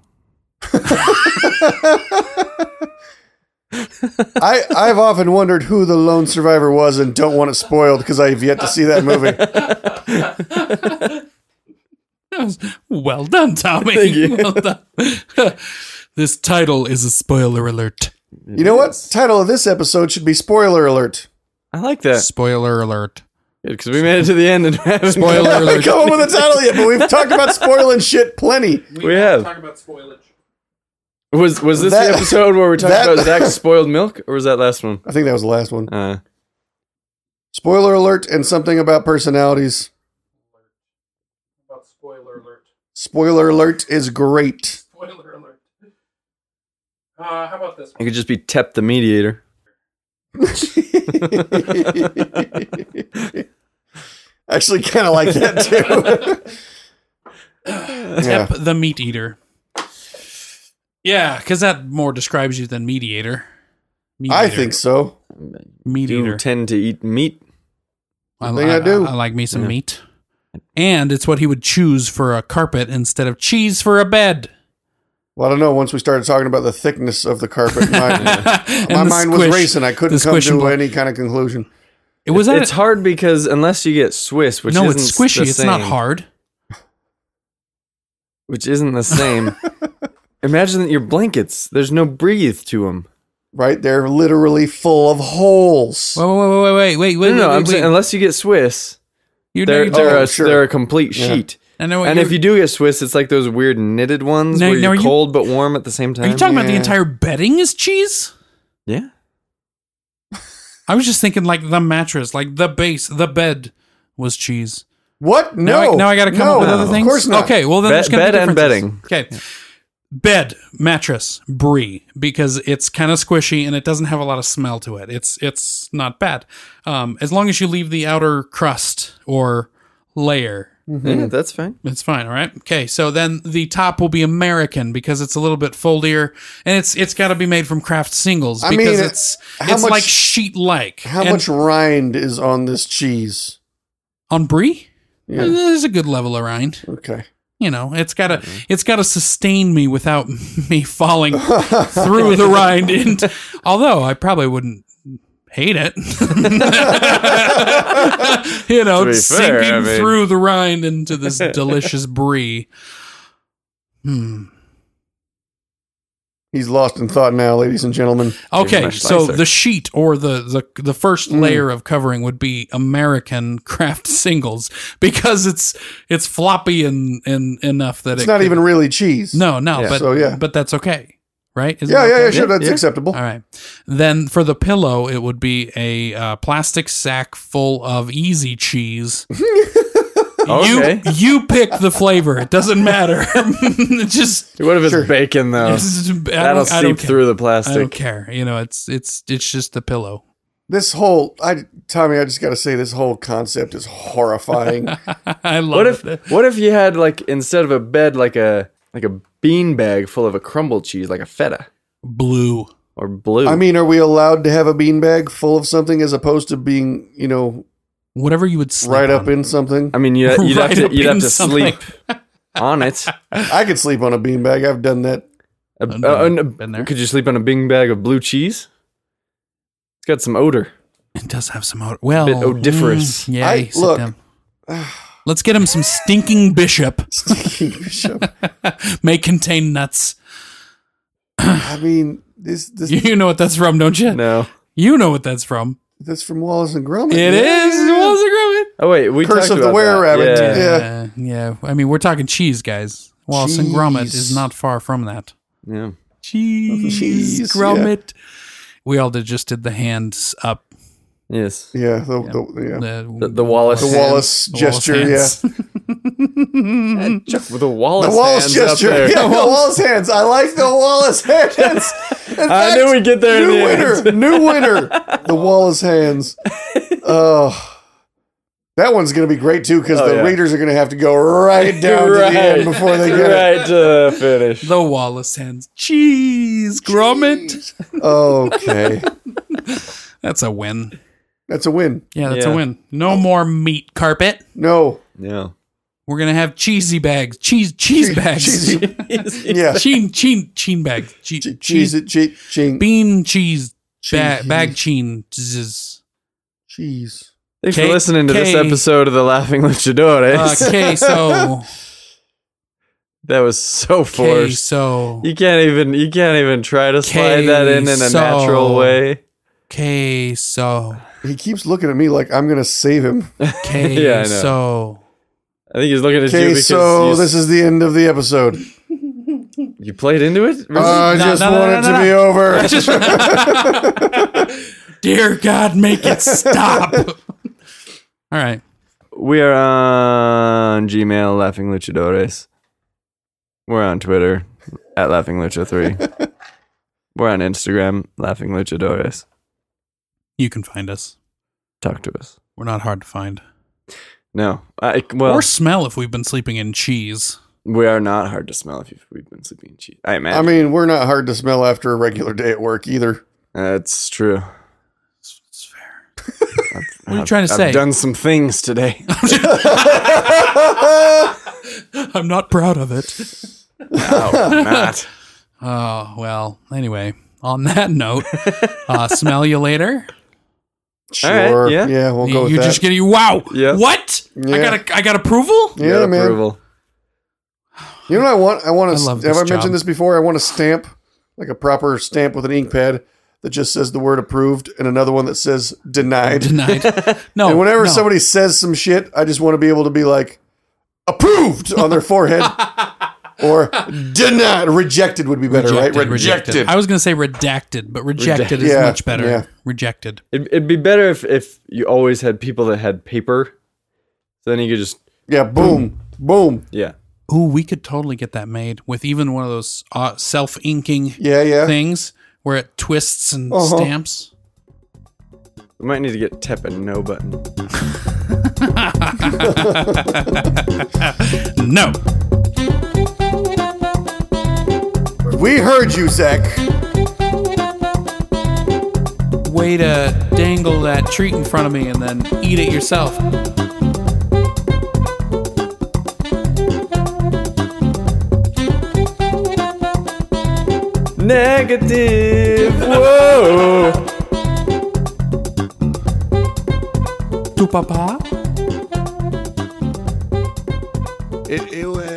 S4: I I've often wondered who the lone survivor was and don't want it spoiled because I have yet to see that movie.
S3: That was- well done, Tommy.
S2: Thank you.
S3: Well done. this title is a spoiler alert.
S4: You know what? Title of this episode should be spoiler alert.
S2: I like that.
S3: Spoiler alert.
S2: because we made it to the end and haven't
S3: Spoiler
S2: got-
S4: I haven't come up with a title yet, but we've talked about spoiling shit plenty.
S2: We have.
S3: Talk about spoilage.
S2: Was was this
S4: That-
S2: the episode where we talked
S4: that-
S2: about Zach's spoiled milk, or was that last one?
S4: I think that was the last one.
S2: Uh,
S4: Spoiler alert and something about personalities.
S3: About spoiler alert.
S4: Spoiler alert is great.
S3: Spoiler alert. Uh, how about this?
S2: it could just be Tep the mediator.
S4: Actually, kind of like that too. yeah.
S3: Tep the meat eater. Yeah, because that more describes you than mediator. Meat
S4: I
S3: eater.
S4: think so.
S3: meat
S2: Do you
S3: eater.
S2: tend to eat meat?
S3: I,
S4: think I do.
S3: I like me some
S2: Yeah.
S3: meat. And it's what he would choose for a carpet instead of cheese for a bed.
S4: Well, I don't know. Once we started talking about the thickness of the carpet, my,
S3: And
S4: my
S3: the
S4: mind was
S3: squish.
S4: racing. I couldn't
S3: the
S4: come
S3: squish
S4: to
S3: and bl-
S4: any kind of conclusion.
S3: It was that
S2: It's hard because unless you get Swiss, which
S3: no,
S2: isn't
S3: it's squishy.
S2: the
S3: It's not
S2: same-
S3: hard.
S2: which isn't the same. Imagine that your blankets. There's no breathe to them.
S4: Right? They're literally full of holes.
S3: Wait, wait, wait, wait, wait, wait,
S2: No,
S3: wait.
S2: no,
S3: wait,
S2: I'm
S3: wait.
S2: saying unless you get Swiss,
S3: You know
S2: they're
S3: you
S2: they're,
S4: Oh,
S2: a,
S4: sure.
S2: they're a complete
S4: Yeah.
S2: sheet.
S3: I know what
S2: And
S3: you're-
S2: if you do get Swiss, it's like those weird knitted ones
S3: Now-
S2: where
S3: now
S2: you're
S3: are you-
S2: cold but warm at the same time.
S3: are you talking about the
S4: Yeah.
S3: entire bedding is cheese?
S2: yeah.
S3: I was just thinking like the mattress, like the base, the bed was cheese.
S4: What? No.
S3: Now I, now I got to come
S4: No.
S3: up with other
S2: No.
S3: things.
S4: Of course not.
S3: Okay, well then
S2: Be-
S3: there's gonna
S2: bed
S3: be
S2: and
S3: differences. Okay, bed mattress brie because it's kind of squishy and it doesn't have a lot of smell to it. It's it's not bad, um, as long as you leave the outer crust or layer.
S2: Yeah, that's fine.
S3: It's fine, all right. Okay, so then the top will be American because it's a little bit foldier, and it's it's got to be made from craft singles
S4: I
S3: because
S4: mean,
S3: it's
S4: how
S3: it's
S4: much-
S3: like sheet like.
S4: How much rind is on this cheese?
S3: on brie?
S4: Yeah.
S3: There's a good level of rind.
S4: Okay.
S3: You know, it's gotta
S2: Mm-hmm.
S3: it's gotta sustain me without me falling through the rind. Into, although I probably wouldn't hate it. you know,
S2: To be
S3: sinking
S2: fair, I mean-
S3: through the rind into this delicious brie. Hmm.
S4: He's lost in thought now, ladies and gentlemen.
S3: Okay,
S2: much
S3: so
S2: nicer.
S3: the sheet or the the, the first
S2: Mm.
S3: layer of covering would be American craft singles because it's it's floppy and, and enough that
S4: It's
S3: it
S4: not
S3: could-
S4: even really cheese.
S3: no no
S2: Yeah.
S3: but
S4: So, yeah.
S3: but that's okay right Isn't
S4: Yeah,
S3: that
S4: yeah,
S3: okay?
S4: yeah, sure.
S2: Yeah,
S4: That's
S2: yeah.
S4: acceptable.
S3: all right then for the pillow it would be a uh, plastic sack full of easy cheese.
S2: Okay.
S3: You you pick the flavor. It doesn't matter. just
S2: What if it's
S4: Sure.
S2: bacon though?
S3: it's- I don't-
S2: Oh, That'll
S3: I don't
S2: seep
S3: care.
S2: through the
S3: I don't
S2: plastic.
S3: care. You know, it's it's it's just the pillow.
S4: This whole, I, Tommy, I just got to say, this whole concept is horrifying.
S3: I love
S2: What if
S3: it.
S2: what if you had like instead of a bed like a like a bean bag full of a crumbled cheese like a feta
S3: blue.
S2: or blue?
S4: I mean, are we allowed to have a beanbag full of something as opposed to being, you know,
S3: Whatever you would sleep
S4: right
S3: on.
S4: up in something?
S2: I mean, you, you'd
S3: Right
S2: have to
S3: up
S2: you'd have
S3: in
S2: to
S3: something.
S2: sleep on it.
S4: I could sleep on a beanbag. I've done that.
S2: A-
S3: Been
S2: uh,
S3: there.
S2: and a-
S3: Been there.
S2: Could you sleep on a bean bag of blue cheese? It's got some odor.
S3: It does have some odor. Well,
S2: Bit odoriferous.
S3: mm, yeah,
S4: I-
S3: you sit
S4: look.
S3: down. Let's get him some stinking bishop. May contain nuts.
S4: I mean, this, this,
S3: You know what that's from, don't you?
S2: No.
S3: You know what that's from.
S4: that's from Wallace and Gromit.
S3: It is. Walls of Gromit.
S2: Oh wait, we
S4: Curse
S2: talked
S4: of the
S2: about that.
S4: Were-Rabbit.
S2: Yeah.
S4: Yeah.
S3: Uh, yeah. I mean, we're talking cheese, guys. Wallace and Gromit
S4: Cheese.
S3: is not far from that.
S2: Yeah.
S3: Cheese,
S4: Cheese, yeah.
S3: Gromit. We all did, just did the hands up.
S2: Yes.
S4: Yeah. The, The, yeah.
S2: The, the Wallace.
S4: The Wallace gesture, yeah.
S2: With the Wallace.
S4: The Wallace
S2: hands
S4: gesture.
S2: Up there.
S4: Yeah, the Wallace hands. I like the Wallace hands. In
S2: I
S4: fact,
S2: knew we'd get there in
S4: new
S2: the
S4: winner.
S2: end.
S4: New winner. The Wallace hands. Oh. That one's going to be great too because
S2: Oh,
S4: the
S2: yeah.
S4: readers are going to have to go right down to
S2: Right.
S4: the end before they get it.
S2: right to the finish.
S3: The Wallace hands. Cheese, Gromit.
S4: Okay.
S3: That's a win.
S4: That's a win.
S3: Yeah, that's a
S2: Yeah.
S3: win. No more meat carpet.
S4: No.
S2: Yeah.
S3: We're gonna have cheesy bags, cheese cheese bags,
S4: Cheesy. Yeah.
S3: cheen cheen cheen bags, che-
S4: Cheese
S3: cheese
S4: it. Cheese. Cheese.
S3: bean cheese ba-
S4: Cheese.
S3: bag cheen. zzz.
S4: Cheese.
S2: Thanks
S3: K-
S2: for listening to this
S3: K-
S2: episode of the Laughing
S3: Uh,
S2: Luchadores.
S3: Okay, so
S2: that was so
S3: okay,
S2: forced.
S3: so
S2: You can't even you can't even try to slide
S3: K-
S2: that in in a
S3: so-
S2: natural way.
S3: okay, so
S4: He keeps looking at me like I'm gonna save him.
S3: Okay,
S2: Yeah, I know.
S3: so
S2: I think he's looking at you
S4: Okay,
S2: because
S4: so
S2: you,
S4: this is the end of the episode.
S2: you played into it. Really?
S4: I
S3: No,
S4: just
S3: no, no,
S4: want
S3: no,
S4: it
S3: no,
S4: to
S3: no.
S4: be over.
S3: dear God, make it stop. All right,
S2: we are on Gmail, Laughing Luchadores. We're on Twitter at Laughing Lucha Three. We're on Instagram, Laughing Luchadores.
S3: you can find us.
S2: Talk to us.
S3: We're not hard to find.
S2: No, I, well,
S3: or smell if we've been sleeping in cheese.
S2: we are not hard to smell if you've, we've been sleeping in cheese. I imagine
S4: I mean, we're not hard to smell after a regular day at work either.
S2: that's true.
S3: It's fair.
S2: I've,
S3: What are you trying to say?
S2: I've done some things today.
S3: I'm not proud of it.
S2: oh, Matt.
S3: Oh, well, anyway, on that note, uh, smell you later.
S2: All right,
S4: Sure.
S2: yeah.
S4: yeah. we'll
S3: you
S4: go with
S3: you
S4: that.
S3: just get you. Wow.
S2: Yeah.
S3: What? I
S4: Yeah.
S3: got a, I got approval?
S2: You
S4: yeah,
S2: got
S4: man.
S2: approval.
S4: You know what I want? I want
S3: I
S4: to.
S3: love
S4: Have
S3: this
S4: I mentioned
S3: job.
S4: this before? I want a stamp, like a proper stamp with an ink pad that just says the word approved, and another one that says denied.
S3: Denied. No.
S4: And whenever
S3: no.
S4: somebody says some shit, I just want to be able to be like approved on their forehead or denied. Rejected would be better, right?
S3: I was going to say redacted, but rejected is
S4: Yeah,
S3: much better.
S4: yeah.
S3: Rejected.
S2: It'd, it'd be better if, if you always had people that had paper. Then you could just,
S4: Yeah. Boom. Boom.
S2: yeah.
S3: Ooh, we could totally get that made with even one of those uh, self inking
S4: Yeah. Yeah.
S3: things where it twists and
S4: Uh-huh.
S3: stamps.
S2: We might need to get tap a no button.
S3: No.
S4: We heard you, Zach.
S3: Way to dangle that treat in front of me and then eat it yourself.
S2: Negative. Whoa.
S3: To papa.
S4: It, it was.